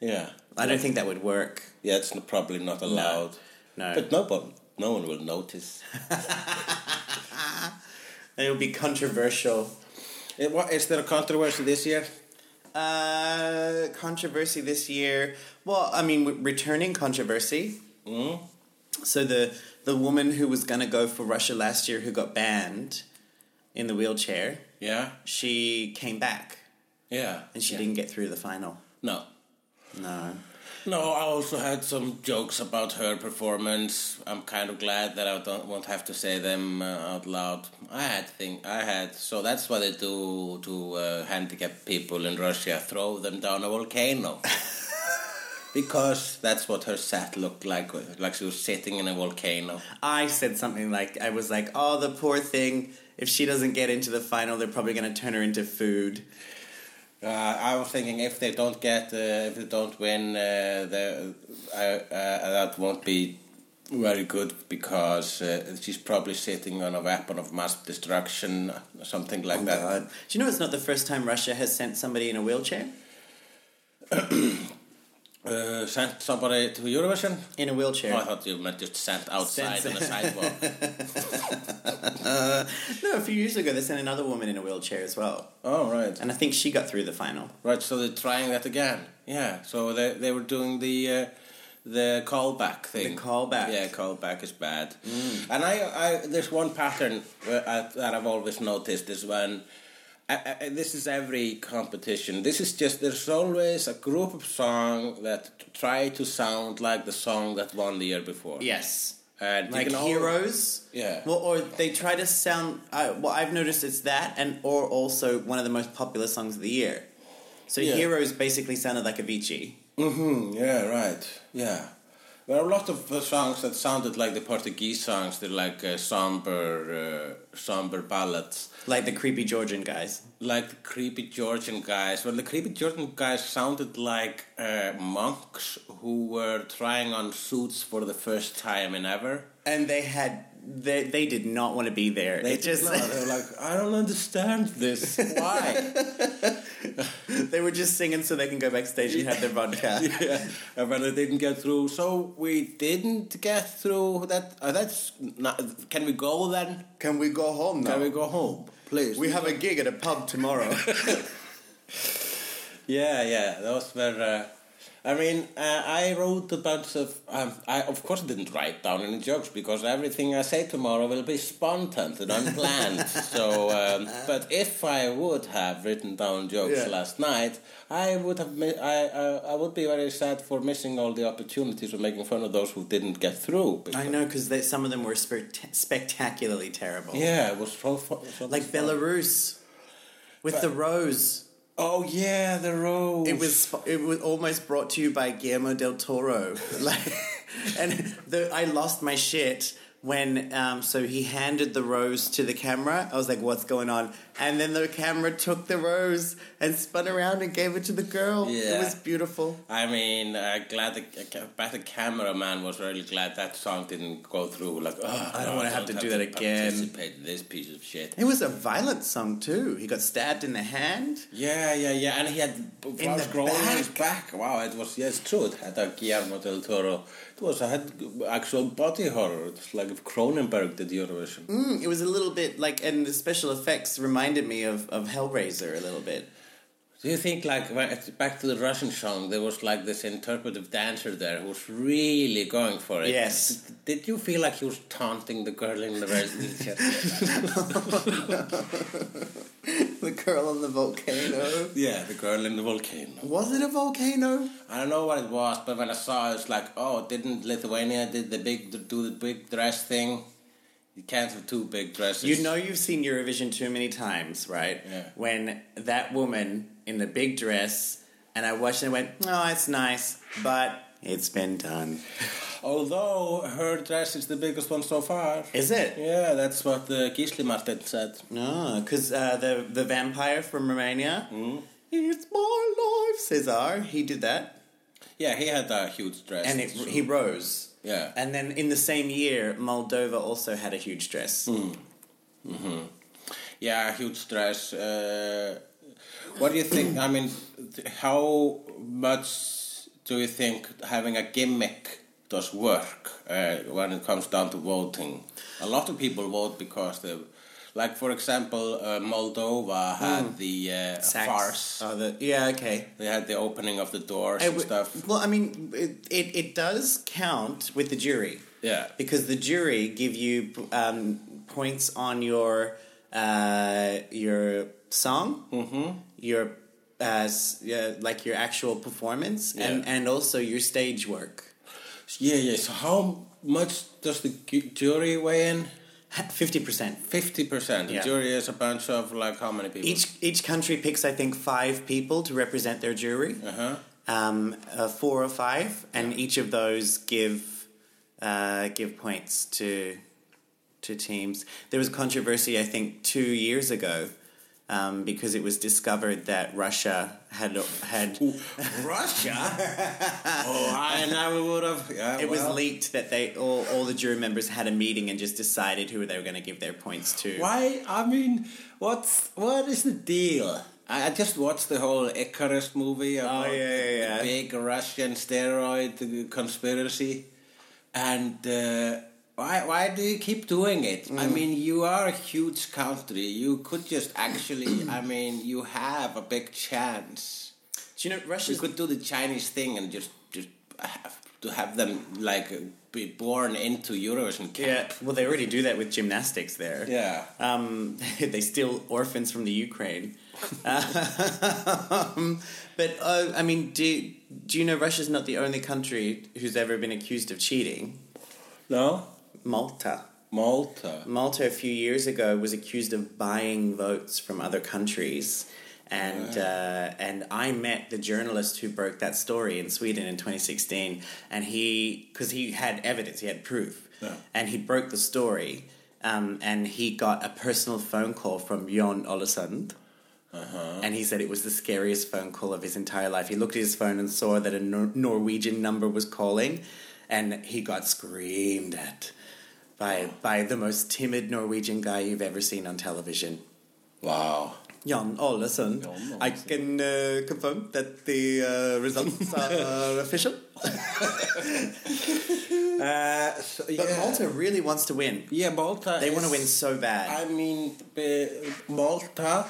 Speaker 2: Yeah.
Speaker 1: I don't think that would work.
Speaker 2: Yeah, it's not, probably not allowed.
Speaker 1: No.
Speaker 2: But no one, no one will notice.
Speaker 1: it would be controversial.
Speaker 2: Eh, what, is there a controversy this year?
Speaker 1: Uh, controversy this year. Well, I mean, w- returning controversy. Mm. So the the woman who was gonna go for Russia last year, who got banned in the wheelchair,
Speaker 2: Yeah.
Speaker 1: she came back
Speaker 2: Yeah.
Speaker 1: and she
Speaker 2: Yeah.
Speaker 1: didn't get through the final.
Speaker 2: No.
Speaker 1: No.
Speaker 2: No, I also had some jokes about her performance. I'm kind of glad that I don't won't have to say them uh, out loud. I had thing I had so that's what they do to uh, handicapped people in Russia: throw them down a volcano. because that's what her set looked like, like she was sitting in a volcano.
Speaker 1: I said something like, I was like, oh, the poor thing. If she doesn't get into the final, they're probably going to turn her into food.
Speaker 2: Uh, I was thinking if they don't get, uh, if they don't win, uh, the, uh, uh, that won't be very good because uh, she's probably sitting on a weapon of mass destruction, something like that.
Speaker 1: Do you know it's not the first time Russia has sent somebody in a wheelchair?
Speaker 2: Uh, sent somebody to Eurovision?
Speaker 1: In a wheelchair.
Speaker 2: Oh, I thought you meant just sent outside
Speaker 1: Sent-
Speaker 2: on the sidewalk.
Speaker 1: No, a few years ago, they sent another woman in a wheelchair as well.
Speaker 2: oh, right.
Speaker 1: And I think she got through the final.
Speaker 2: Right, so they're trying that again. Yeah, so they, they were doing the uh, the callback thing.
Speaker 1: The callback. Mm.
Speaker 2: Yeah, callback is bad. And I, I there's one pattern where I, that I've always noticed is when. I, I, I- this is every competition. This is just there's always a group of song that try to sound like the song that won the year before.
Speaker 1: Yes.
Speaker 2: and you
Speaker 1: Like
Speaker 2: can al-
Speaker 1: heroes,
Speaker 2: Yeah.
Speaker 1: Well, or they try to sound. I well, I've noticed it's that, and or also one of the most popular songs of the year. So
Speaker 2: Yeah.
Speaker 1: heroes basically sounded like Avicii.
Speaker 2: Mm, yeah, right. Yeah. There are a lot of uh, songs that sounded like the Portuguese songs. They're like uh, somber, uh, somber ballads,
Speaker 1: like the creepy Georgian guys.
Speaker 2: like the creepy Georgian guys. Well, the creepy Georgian guys sounded like uh, monks who were trying on suits for the first time in ever.
Speaker 1: And they had they they did not want to be there.
Speaker 2: They
Speaker 1: it just
Speaker 2: not, they were like, I don't understand this. Why?
Speaker 1: they were just singing so they can go backstage and have their vodka.
Speaker 2: yeah. And when they didn't get through, so we didn't get through. That uh, that's not, can we go then?
Speaker 1: Can we go home now?
Speaker 2: Can we go home, please?
Speaker 1: we have a gig at a pub tomorrow.
Speaker 2: Yeah, yeah, those were. Uh, I mean, uh, I wrote a bunch of. Um, I of course didn't write down any jokes because everything I say tomorrow will be spontaneous and unplanned. so, um, but if I would have written down jokes
Speaker 1: Yeah.
Speaker 2: last night, I would have. Mi- I uh, I would be very sad for missing all the opportunities of making fun of those who didn't get through.
Speaker 1: I know because some of them were spect- spectacularly terrible.
Speaker 2: Yeah, it was so fun. So
Speaker 1: Like
Speaker 2: much fun.
Speaker 1: Belarus with the rose.
Speaker 2: Oh yeah, the rose.
Speaker 1: It was it was almost brought to you by Guillermo del Toro. Like, and the, I lost my shit when um, so he handed the rose to the camera. I was like, "What's going on?" And then the camera took the rose and spun around and gave it to the girl. It
Speaker 2: Yeah.
Speaker 1: was beautiful.
Speaker 2: I mean, uh, glad the, uh, bet the cameraman was really glad that song didn't go through. Like, oh,
Speaker 1: I don't wanna have to do that again."
Speaker 2: Participate in this piece of shit.
Speaker 1: It was a violent song too. He got stabbed in the hand.
Speaker 2: Yeah, yeah, yeah. And he had flowers
Speaker 1: the
Speaker 2: growing on his
Speaker 1: back.
Speaker 2: back. Wow, it was. Yeah, it's true. It had a Guillermo del Toro it was a head, actual body horror. It's like if Cronenberg did Eurovision.
Speaker 1: Mm, it was a little bit like, and the special effects reminded me of, of Hellraiser a little bit.
Speaker 2: Do you think, like, when it's back to the Russian song, there was like this interpretive dancer there who was really going for it?
Speaker 1: Yes.
Speaker 2: D- Did you feel like he was taunting the girl in the red wheelchair?
Speaker 1: The girl on the volcano.
Speaker 2: yeah, the girl in the volcano.
Speaker 1: Was it a volcano?
Speaker 2: I don't know what it was, but when I saw it, it's like, oh, didn't Lithuania did the big do the big dress thing? You can't have two big dresses.
Speaker 1: You know you've seen Eurovision too many times, right?
Speaker 2: Yeah.
Speaker 1: When that woman in the big dress, and I watched it and went, oh, it's nice, but it's been done.
Speaker 2: Although her dress is the biggest one so far.
Speaker 1: Is it?
Speaker 2: Yeah, that's what the Gisli Martin said.
Speaker 1: No, because uh, the the vampire from Romania, it's my life, Cesar. He did that,
Speaker 2: Yeah, he had a huge dress.
Speaker 1: and it, he rose.
Speaker 2: Yeah.
Speaker 1: And then in the same year, Moldova also had a huge dress.
Speaker 2: Hmm. Yeah, huge dress. Uh, what do you think? I mean, th- how much do you think having a gimmick does work uh, when it comes down to voting? A lot of people vote because they, like for example, uh, Moldova had the uh,
Speaker 1: Mm. Sax.
Speaker 2: farce.
Speaker 1: Oh, the, yeah, okay.
Speaker 2: They had the opening of the doors
Speaker 1: I
Speaker 2: and
Speaker 1: w-
Speaker 2: stuff.
Speaker 1: Well, I mean, it, it, it does count with the jury.
Speaker 2: Yeah.
Speaker 1: Because the jury give you um, points on your uh, your song,
Speaker 2: Mm-hmm.
Speaker 1: your uh, s- yeah, like your actual performance, and,
Speaker 2: Yeah.
Speaker 1: and also your stage work.
Speaker 2: Yeah, yeah. So how much does the gu- jury weigh in?
Speaker 1: Fifty percent.
Speaker 2: Fifty percent. The
Speaker 1: Yeah.
Speaker 2: jury is a bunch of like how many people?
Speaker 1: Each each country picks, I think, five people to represent their jury,
Speaker 2: Uh huh.
Speaker 1: um, uh, four or five, and each of those give uh, give points to to teams. There was controversy, I think, two years ago. Um, because it was discovered that Russia had had
Speaker 2: Russia? oh, I never would have. Yeah,
Speaker 1: it
Speaker 2: well.
Speaker 1: was leaked that they all, all the jury members had a meeting and just decided who they were going to give their points to.
Speaker 2: Why? I mean, what's what is the deal? I, I just watched the whole Icarus movie about
Speaker 1: Oh, yeah, yeah,
Speaker 2: the-
Speaker 1: yeah.
Speaker 2: the big Russian steroid conspiracy, and. Uh, why, why do you keep doing it? I
Speaker 1: Mm.
Speaker 2: mean, you are a huge country. You could just actually, I mean, you have a big chance.
Speaker 1: Do you know
Speaker 2: You
Speaker 1: Russia's
Speaker 2: could do the Chinese thing and just just have to have them like be born into Eurovision
Speaker 1: Yeah,
Speaker 2: camp.
Speaker 1: well, they already do that with gymnastics there.
Speaker 2: Yeah.
Speaker 1: Um, they steal orphans from the Ukraine. um, but uh, I mean, do do you know Russia's not the only country who's ever been accused of cheating?
Speaker 2: No.
Speaker 1: Malta.
Speaker 2: Malta.
Speaker 1: Malta a few years ago was accused of buying votes from other countries. And uh, and I met the journalist who broke that story in Sweden in 2016, and he because he had evidence, he had proof,
Speaker 2: Yeah.
Speaker 1: and he broke the story, um, and he got a personal phone call from Jon Olsson, and he said it was the scariest phone call of his entire life. He looked at his phone and saw that a Nor- Norwegian number was calling, and he got screamed at by by the most timid Norwegian guy you've ever seen on television.
Speaker 2: Wow.
Speaker 1: Jan Olesen.
Speaker 2: Jan Olesen.
Speaker 1: I can uh, confirm that the uh, results are official.
Speaker 2: Uh, so,
Speaker 1: But
Speaker 2: yeah.
Speaker 1: Malta really wants to win.
Speaker 2: Yeah, Malta.
Speaker 1: They want to
Speaker 2: is-
Speaker 1: win so bad.
Speaker 2: I mean, uh, Malta.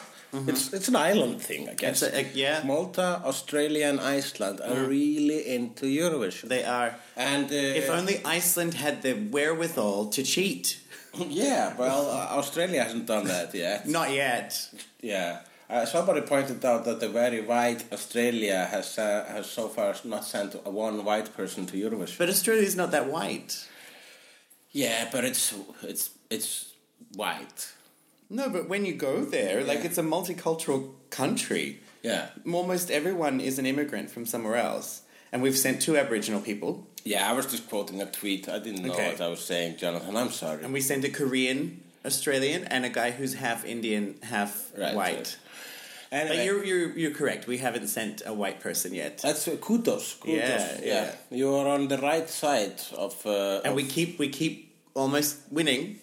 Speaker 2: It's it's an island thing, I
Speaker 1: It's
Speaker 2: guess.
Speaker 1: a- a- yeah. Uh-huh.
Speaker 2: Malta, Australia, and Iceland are really into Eurovision.
Speaker 1: They are.
Speaker 2: And uh,
Speaker 1: If only Iceland had the wherewithal to cheat.
Speaker 2: yeah, well, uh, Australia hasn't done that yet.
Speaker 1: Not yet.
Speaker 2: Yeah. Uh, somebody pointed out that the very white Australia has uh, has so far not sent one white person to Eurovision.
Speaker 1: But Australia's not that white.
Speaker 2: yeah, but it's it's it's white.
Speaker 1: No, but when you go there, like it's a multicultural country.
Speaker 2: Yeah,
Speaker 1: Almost everyone is an immigrant from somewhere else. And we've sent two Aboriginal people,
Speaker 2: yeah. I was just quoting a tweet. I didn't know
Speaker 1: Okay. Um,
Speaker 2: what I was saying, Jonathan. I'm sorry.
Speaker 1: and we sent a Korean Australian and a guy who's half Indian, half
Speaker 2: Right,
Speaker 1: white.
Speaker 2: right.
Speaker 1: But
Speaker 2: Anyway,
Speaker 1: you're, you're you're correct. We haven't sent a white person yet,
Speaker 2: that's uh, kudos. kudos.
Speaker 1: Yeah, yeah.
Speaker 2: You are on the right side of. Uh,
Speaker 1: and
Speaker 2: of-
Speaker 1: we keep we keep almost winning.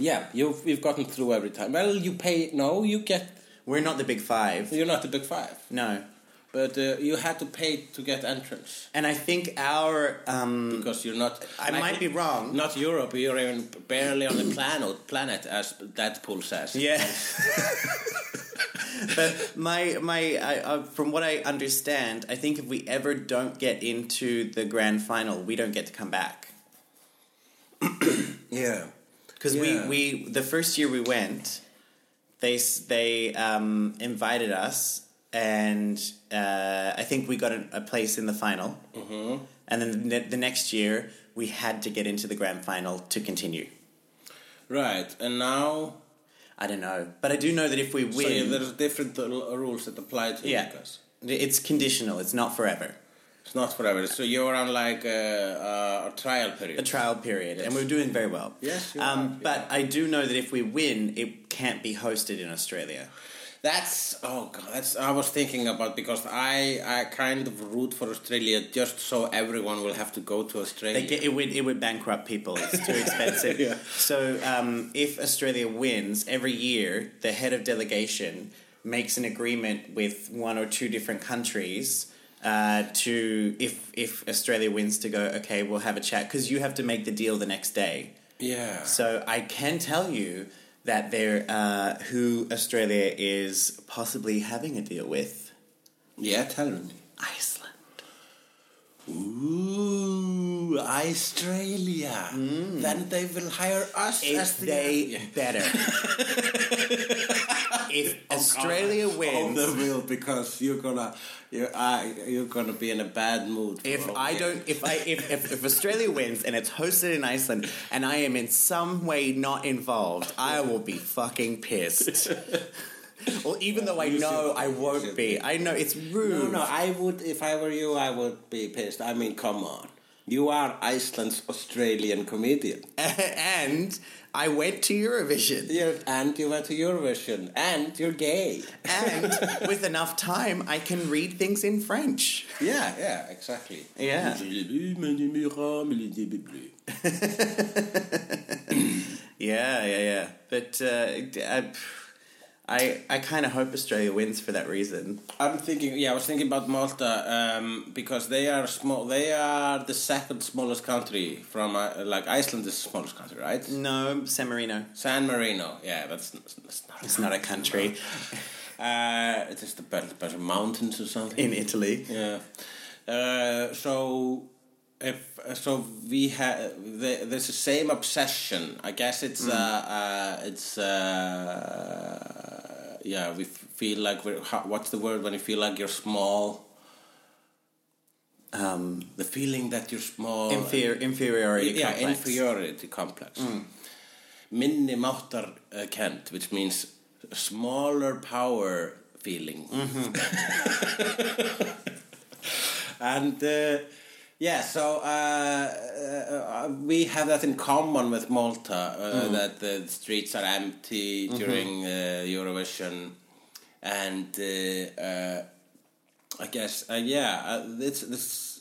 Speaker 2: yeah, you've you've gotten through every time. Well, you pay. No, you get.
Speaker 1: We're not the big five,
Speaker 2: You're not the big five.
Speaker 1: no.
Speaker 2: but uh, you had to pay to get entrance
Speaker 1: And I think our um,
Speaker 2: because you're not.
Speaker 1: I might be wrong.
Speaker 2: Not Europe. You're even barely on the planet, planet as Deadpool says.
Speaker 1: Yeah. but my my I, uh, from what I understand, I think if we ever don't get into the grand final, we don't get to come back
Speaker 2: Yeah.
Speaker 1: because we,
Speaker 2: Yeah.
Speaker 1: we the first year we went, they s- they um, invited us and uh, I think we got a, a place in the final, mm-hmm. and then the, ne- the next year we had to get into the grand final to continue.
Speaker 2: Right, and now
Speaker 1: I don't know, but I do know that if we
Speaker 2: so yeah,
Speaker 1: win,
Speaker 2: there's different l- rules that apply to
Speaker 1: Yeah.
Speaker 2: Lucas.
Speaker 1: it's conditional. It's not forever.
Speaker 2: It's not forever. So you're on like a, a, a trial period.
Speaker 1: a trial period, and we're doing very well.
Speaker 2: Yes, you
Speaker 1: um,
Speaker 2: are, yeah.
Speaker 1: but I do know that if we win, it can't be hosted in Australia.
Speaker 2: That's oh god. That's I was thinking about because I I kind of root for Australia just so everyone will have to go to Australia.
Speaker 1: They get, it would it would bankrupt people. It's too expensive.
Speaker 2: Yeah.
Speaker 1: So um, if Australia wins every year, the head of delegation makes an agreement with one or two different countries. Uh, to if if Australia wins to go okay we'll have a chat because you have to make the deal the next day
Speaker 2: yeah.
Speaker 1: So I can tell you that they're uh, who Australia is possibly having a deal with
Speaker 2: yeah. Tell me.
Speaker 1: Iceland.
Speaker 2: Ooh, Australia. Then they will hire us as
Speaker 1: Mm. If
Speaker 2: the
Speaker 1: they
Speaker 2: Yeah.
Speaker 1: better. if Australia
Speaker 2: Oh,
Speaker 1: wins,
Speaker 2: they will because you're gonna you're I you're gonna be in a bad mood. for
Speaker 1: if
Speaker 2: all
Speaker 1: I
Speaker 2: day.
Speaker 1: don't, if I, if, if, if Australia wins and it's hosted in Iceland and I am in some way not involved, I will be fucking pissed. Well, even though I
Speaker 2: You
Speaker 1: know
Speaker 2: should-
Speaker 1: I
Speaker 2: you
Speaker 1: won't
Speaker 2: should
Speaker 1: be, I know it's rude.
Speaker 2: No, no, I would. If I were you, I would be pissed. I mean, come on. You are Iceland's Australian comedian.
Speaker 1: and I went to Eurovision.
Speaker 2: You're, and you went to Eurovision. And you're gay.
Speaker 1: and with enough time, I can read things in French.
Speaker 2: Yeah, yeah, exactly.
Speaker 1: Yeah. Yeah, yeah, yeah. But uh, I, I kind of hope Australia wins for that reason.
Speaker 2: I'm thinking, yeah, I was thinking about Malta um, because they are small. They are the second smallest country from, uh, like, Iceland is the smallest country, right?
Speaker 1: No, San Marino.
Speaker 2: San Marino, yeah, that's, that's not.
Speaker 1: It's not a country
Speaker 2: Uh, it is the bunch bunch of mountains or something.
Speaker 1: in Italy.
Speaker 2: Yeah. Uh, so if so, we have the, there's the same obsession. I guess it's uh, uh, it's uh, yeah. We f- feel like we're how, what's the word when you feel like you're small. Um, the feeling that you're small.
Speaker 1: Infer- inferiority
Speaker 2: yeah,
Speaker 1: complex.
Speaker 2: inferiority complex. Minni máttar uh, kent, which means smaller power feeling. and uh, yeah, so uh, uh, we have that in common with Malta uh, that the streets are empty during uh, Eurovision, and uh, uh, I guess uh, yeah, uh, it's this.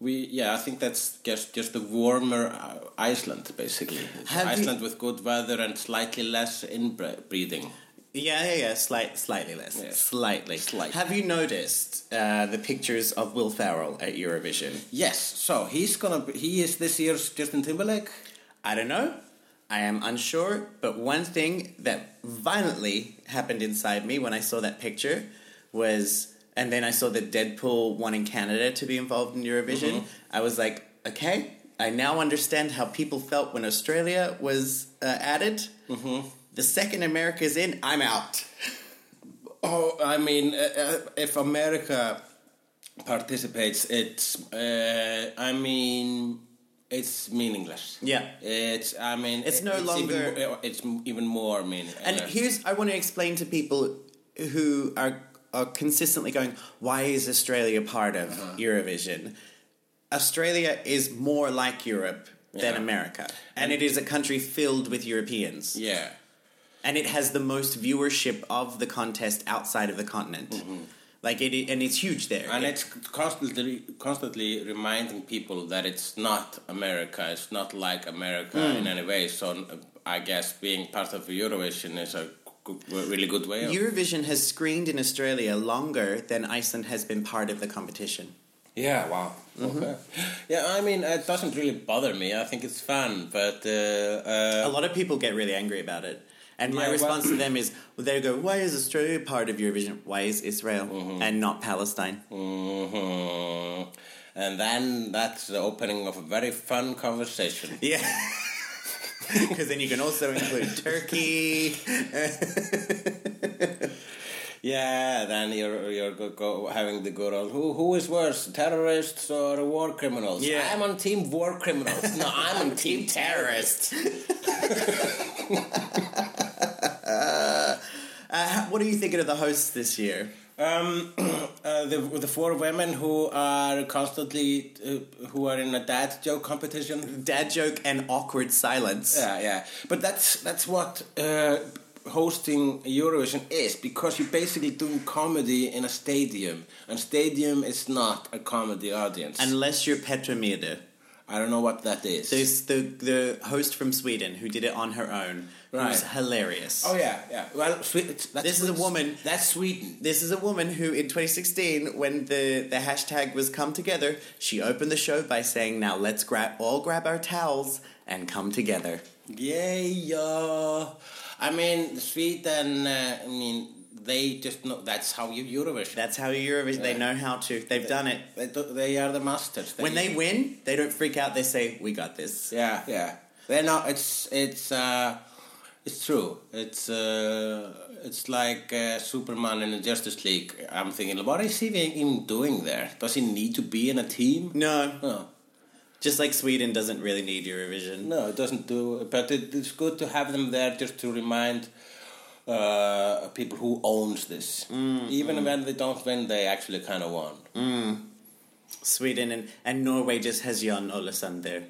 Speaker 2: We yeah, I think that's just just a warmer uh, Iceland basically. It's
Speaker 1: Have you-
Speaker 2: Iceland with good weather and slightly less inbreeding.
Speaker 1: Yeah, yeah, yeah. Slight, slightly less.
Speaker 2: Yeah.
Speaker 1: Slightly.
Speaker 2: Slight.
Speaker 1: Have you noticed uh, the pictures of Will Farrell at Eurovision?
Speaker 2: Yes, so he's gonna be, he is this year's Justin Timberlake.
Speaker 1: I don't know. I am unsure, but one thing that violently happened inside me when I saw that picture was, and then I saw the Deadpool wanting Canada to be involved in Eurovision. I was like, okay, I now understand how people felt when Australia was uh, added. Mm-hmm. The second America's in, I'm out.
Speaker 2: Oh, I mean, uh, uh, if America participates, it's. Uh, I mean, it's meaningless.
Speaker 1: Yeah.
Speaker 2: It's. I mean,
Speaker 1: It's no longer-
Speaker 2: Even, mo- it's m- even more meaningless.
Speaker 1: And here's I want to explain to people who are are consistently going, why is Australia part of
Speaker 2: Uh-huh.
Speaker 1: Eurovision? Australia is more like Europe than
Speaker 2: Yeah.
Speaker 1: America, and it is a country filled with Europeans,
Speaker 2: yeah.
Speaker 1: and it has the most viewership of the contest outside of the continent.
Speaker 2: Mm-hmm.
Speaker 1: Like it, and it's huge there.
Speaker 2: And it's constantly constantly reminding people that it's not America. It's not like America in any way. So uh, I guess being part of Eurovision is a good, really good way. Of,
Speaker 1: Eurovision has screened in Australia longer than Iceland has been part of the competition.
Speaker 2: yeah, wow. Okay. Mm-hmm. Yeah, I mean, it doesn't really bother me. I think it's fun, but uh, uh,
Speaker 1: A lot of people get really angry about it. And my
Speaker 2: Yeah, well-
Speaker 1: response to them is, well, they go, why is Australia part of Eurovision? Why is Israel
Speaker 2: Mm-hmm.
Speaker 1: and not Palestine?
Speaker 2: mhm. and then that's the opening of a very fun conversation.
Speaker 1: Yeah. Because then you can also include Turkey.
Speaker 2: Yeah, then you're you're go, go, having the good old who who is worse, terrorists or war criminals?
Speaker 1: Yeah.
Speaker 2: I'm on team war criminals. No, I'm on team terrorists.
Speaker 1: Uh, how- what are you thinking of the hosts this year?
Speaker 2: Um, uh, the the four women who are constantly uh, who are in a dad joke competition.
Speaker 1: Dad joke and awkward silence.
Speaker 2: Yeah, yeah. But that's that's what uh, hosting Eurovision is because you're basically doing comedy in a stadium, and stadium is not a comedy audience. And
Speaker 1: Unless you're Petra Mede.
Speaker 2: I don't know what that is.
Speaker 1: There's the, the host from Sweden who did it on her own. Who's
Speaker 2: Right.
Speaker 1: hilarious.
Speaker 2: Oh yeah, yeah. Well, Swe- it's- that's
Speaker 1: This is a
Speaker 2: Sweden.
Speaker 1: woman.
Speaker 2: That's Sweden.
Speaker 1: This is a woman who, in 2016, when the, the hashtag was come together, she opened the show by saying, Now let's grab all grab our towels and come together.
Speaker 2: Yeah, yeah. I mean, Sweden. Uh, I mean, they just know that's how you Eurovision.
Speaker 1: That's how Eurovision, they know how to. They've done it.
Speaker 2: They, do- they are the masters.
Speaker 1: When they win, they don't freak out, they say, We got this.
Speaker 2: yeah yeah they're not. It's it's uh, it's true. It's uh, it's like uh, Superman in the Justice League. I'm thinking, what is he even doing there? Does he need to be in a team?
Speaker 1: No,
Speaker 2: No,
Speaker 1: just like Sweden doesn't really need Eurovision.
Speaker 2: no, it doesn't do. But it, it's good to have them there just to remind. Uh, people who owns this,
Speaker 1: Mm,
Speaker 2: even when they don't win, they actually kind of won.
Speaker 1: Sweden and, and Norway just has Jan Olesund there.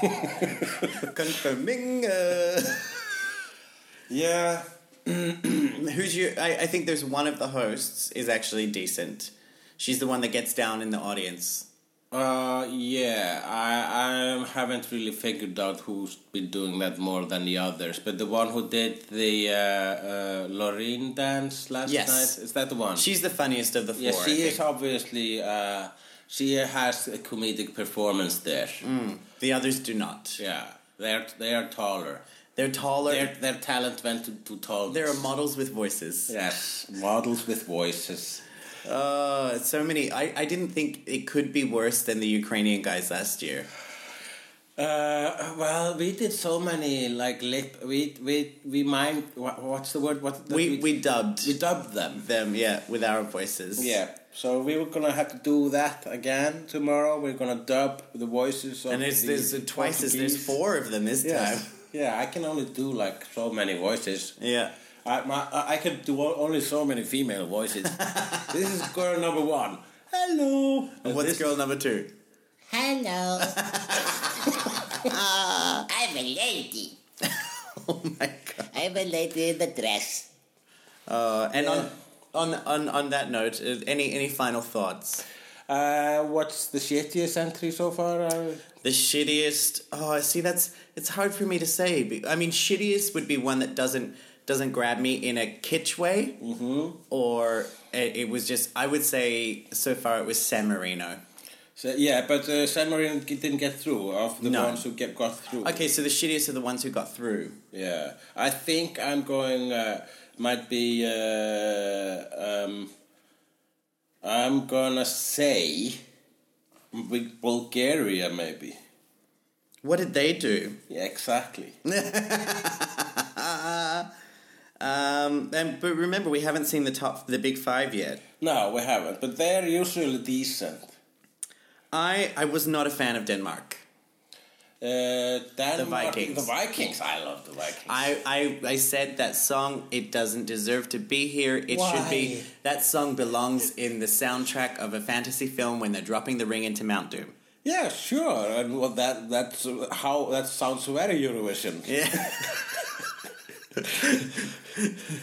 Speaker 1: Confirming. uh,
Speaker 2: Yeah,
Speaker 1: Who's your? I, I think there's one of the hosts is actually decent. She's the one that gets down in the audience.
Speaker 2: Uh, yeah, I, I haven't really figured out who's been doing that more than the others, but the one who did the uh, uh, Lorraine dance last
Speaker 1: Yes.
Speaker 2: night, is that the one?
Speaker 1: She's the funniest of the four.
Speaker 2: yeah,
Speaker 1: I
Speaker 2: she
Speaker 1: think.
Speaker 2: is obviously, uh, she has a comedic performance there.
Speaker 1: Mm. The others do not.
Speaker 2: Yeah, they're, they are taller.
Speaker 1: They're taller.
Speaker 2: Their,
Speaker 1: They're,
Speaker 2: their talent went to, to tallness.
Speaker 1: models with voices.
Speaker 2: Yes, models with voices.
Speaker 1: Uh, so many. I, I didn't think it could be worse than the Ukrainian guys last year.
Speaker 2: Uh, well, we did so many like lip. We we we mind. wha- What's the word? What that
Speaker 1: We we dubbed
Speaker 2: we dubbed them.
Speaker 1: them. Yeah, with our voices.
Speaker 2: Yeah. So we were gonna have to do that again tomorrow. We're gonna dub the voices of
Speaker 1: And there's
Speaker 2: the
Speaker 1: there's twice as there's
Speaker 2: Portuguese.
Speaker 1: four of them this
Speaker 2: Yes.
Speaker 1: time.
Speaker 2: Yeah, I can only do like so many voices.
Speaker 1: Yeah.
Speaker 2: I my, I I can do o- only so many female voices. this is girl number one. Hello.
Speaker 1: And What's
Speaker 2: This-
Speaker 1: girl number two?
Speaker 3: Hello. I'm a lady.
Speaker 1: Oh my god.
Speaker 3: I'm a lady in a dress.
Speaker 1: Uh, and on, on on on that note, uh, any any final thoughts?
Speaker 2: Uh, what's the shittiest entry so far? Uh,
Speaker 1: The shittiest. Oh, see, that's it's hard for me to say. be- I mean, shittiest would be one that doesn't doesn't grab me in a kitsch way, mm-hmm. or it, it was just. I would say so far it was San Marino.
Speaker 2: So, yeah, but uh, San Marino g- didn't get through of the
Speaker 1: No.
Speaker 2: ones who get, got through.
Speaker 1: Okay, so the shittiest are the ones who got through.
Speaker 2: Yeah, I think I'm going. Uh, might be. Uh, um, I'm gonna say with Bulgaria, maybe.
Speaker 1: What did they do?
Speaker 2: Yeah, exactly.
Speaker 1: Um, and, but remember, we haven't seen the top, the big five yet.
Speaker 2: No, we haven't. But they're usually decent.
Speaker 1: I I was not a fan of Denmark.
Speaker 2: Uh, Denmark,
Speaker 1: Vikings.
Speaker 2: The Vikings. I love the Vikings.
Speaker 1: I, I, I said that song, it doesn't deserve to be here. It should be.
Speaker 2: Why?
Speaker 1: That song belongs in the soundtrack of a fantasy film when they're dropping the ring into Mount Doom.
Speaker 2: yeah, sure. And well, that that's uh, how that sounds very Eurovision.
Speaker 1: Yeah.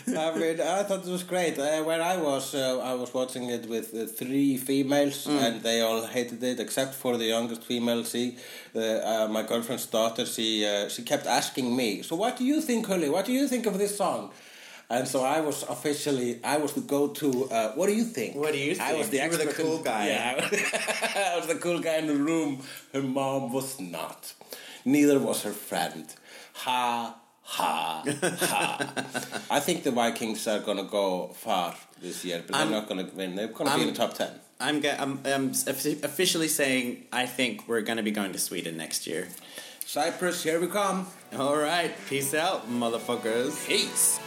Speaker 2: I mean, I thought it was great. Uh, when I was, uh, I was watching it with uh, three females,
Speaker 1: Mm.
Speaker 2: and they all hated it except for the youngest female. She, uh, uh, my girlfriend's daughter, she uh, she kept asking me, "So what do you think, Holly? What do you think of this song?" And so I was officially, I was the go-to. Uh, what do you think?
Speaker 1: What do you
Speaker 2: I was
Speaker 1: think?
Speaker 2: the
Speaker 1: You were the
Speaker 2: expert in-
Speaker 1: cool guy.
Speaker 2: Yeah, I was the cool guy in the room. Her mom was not. Neither was her friend. Ha ha ha. I think the Vikings are gonna go far this year, but
Speaker 1: I'm-
Speaker 2: they're not gonna win. They're gonna be in the top ten.
Speaker 1: I'm, go- I'm, I'm offi- officially saying I think we're going to be going to Sweden next year.
Speaker 2: Cyprus, here we come.
Speaker 1: All right. Peace out, motherfuckers.
Speaker 2: Peace.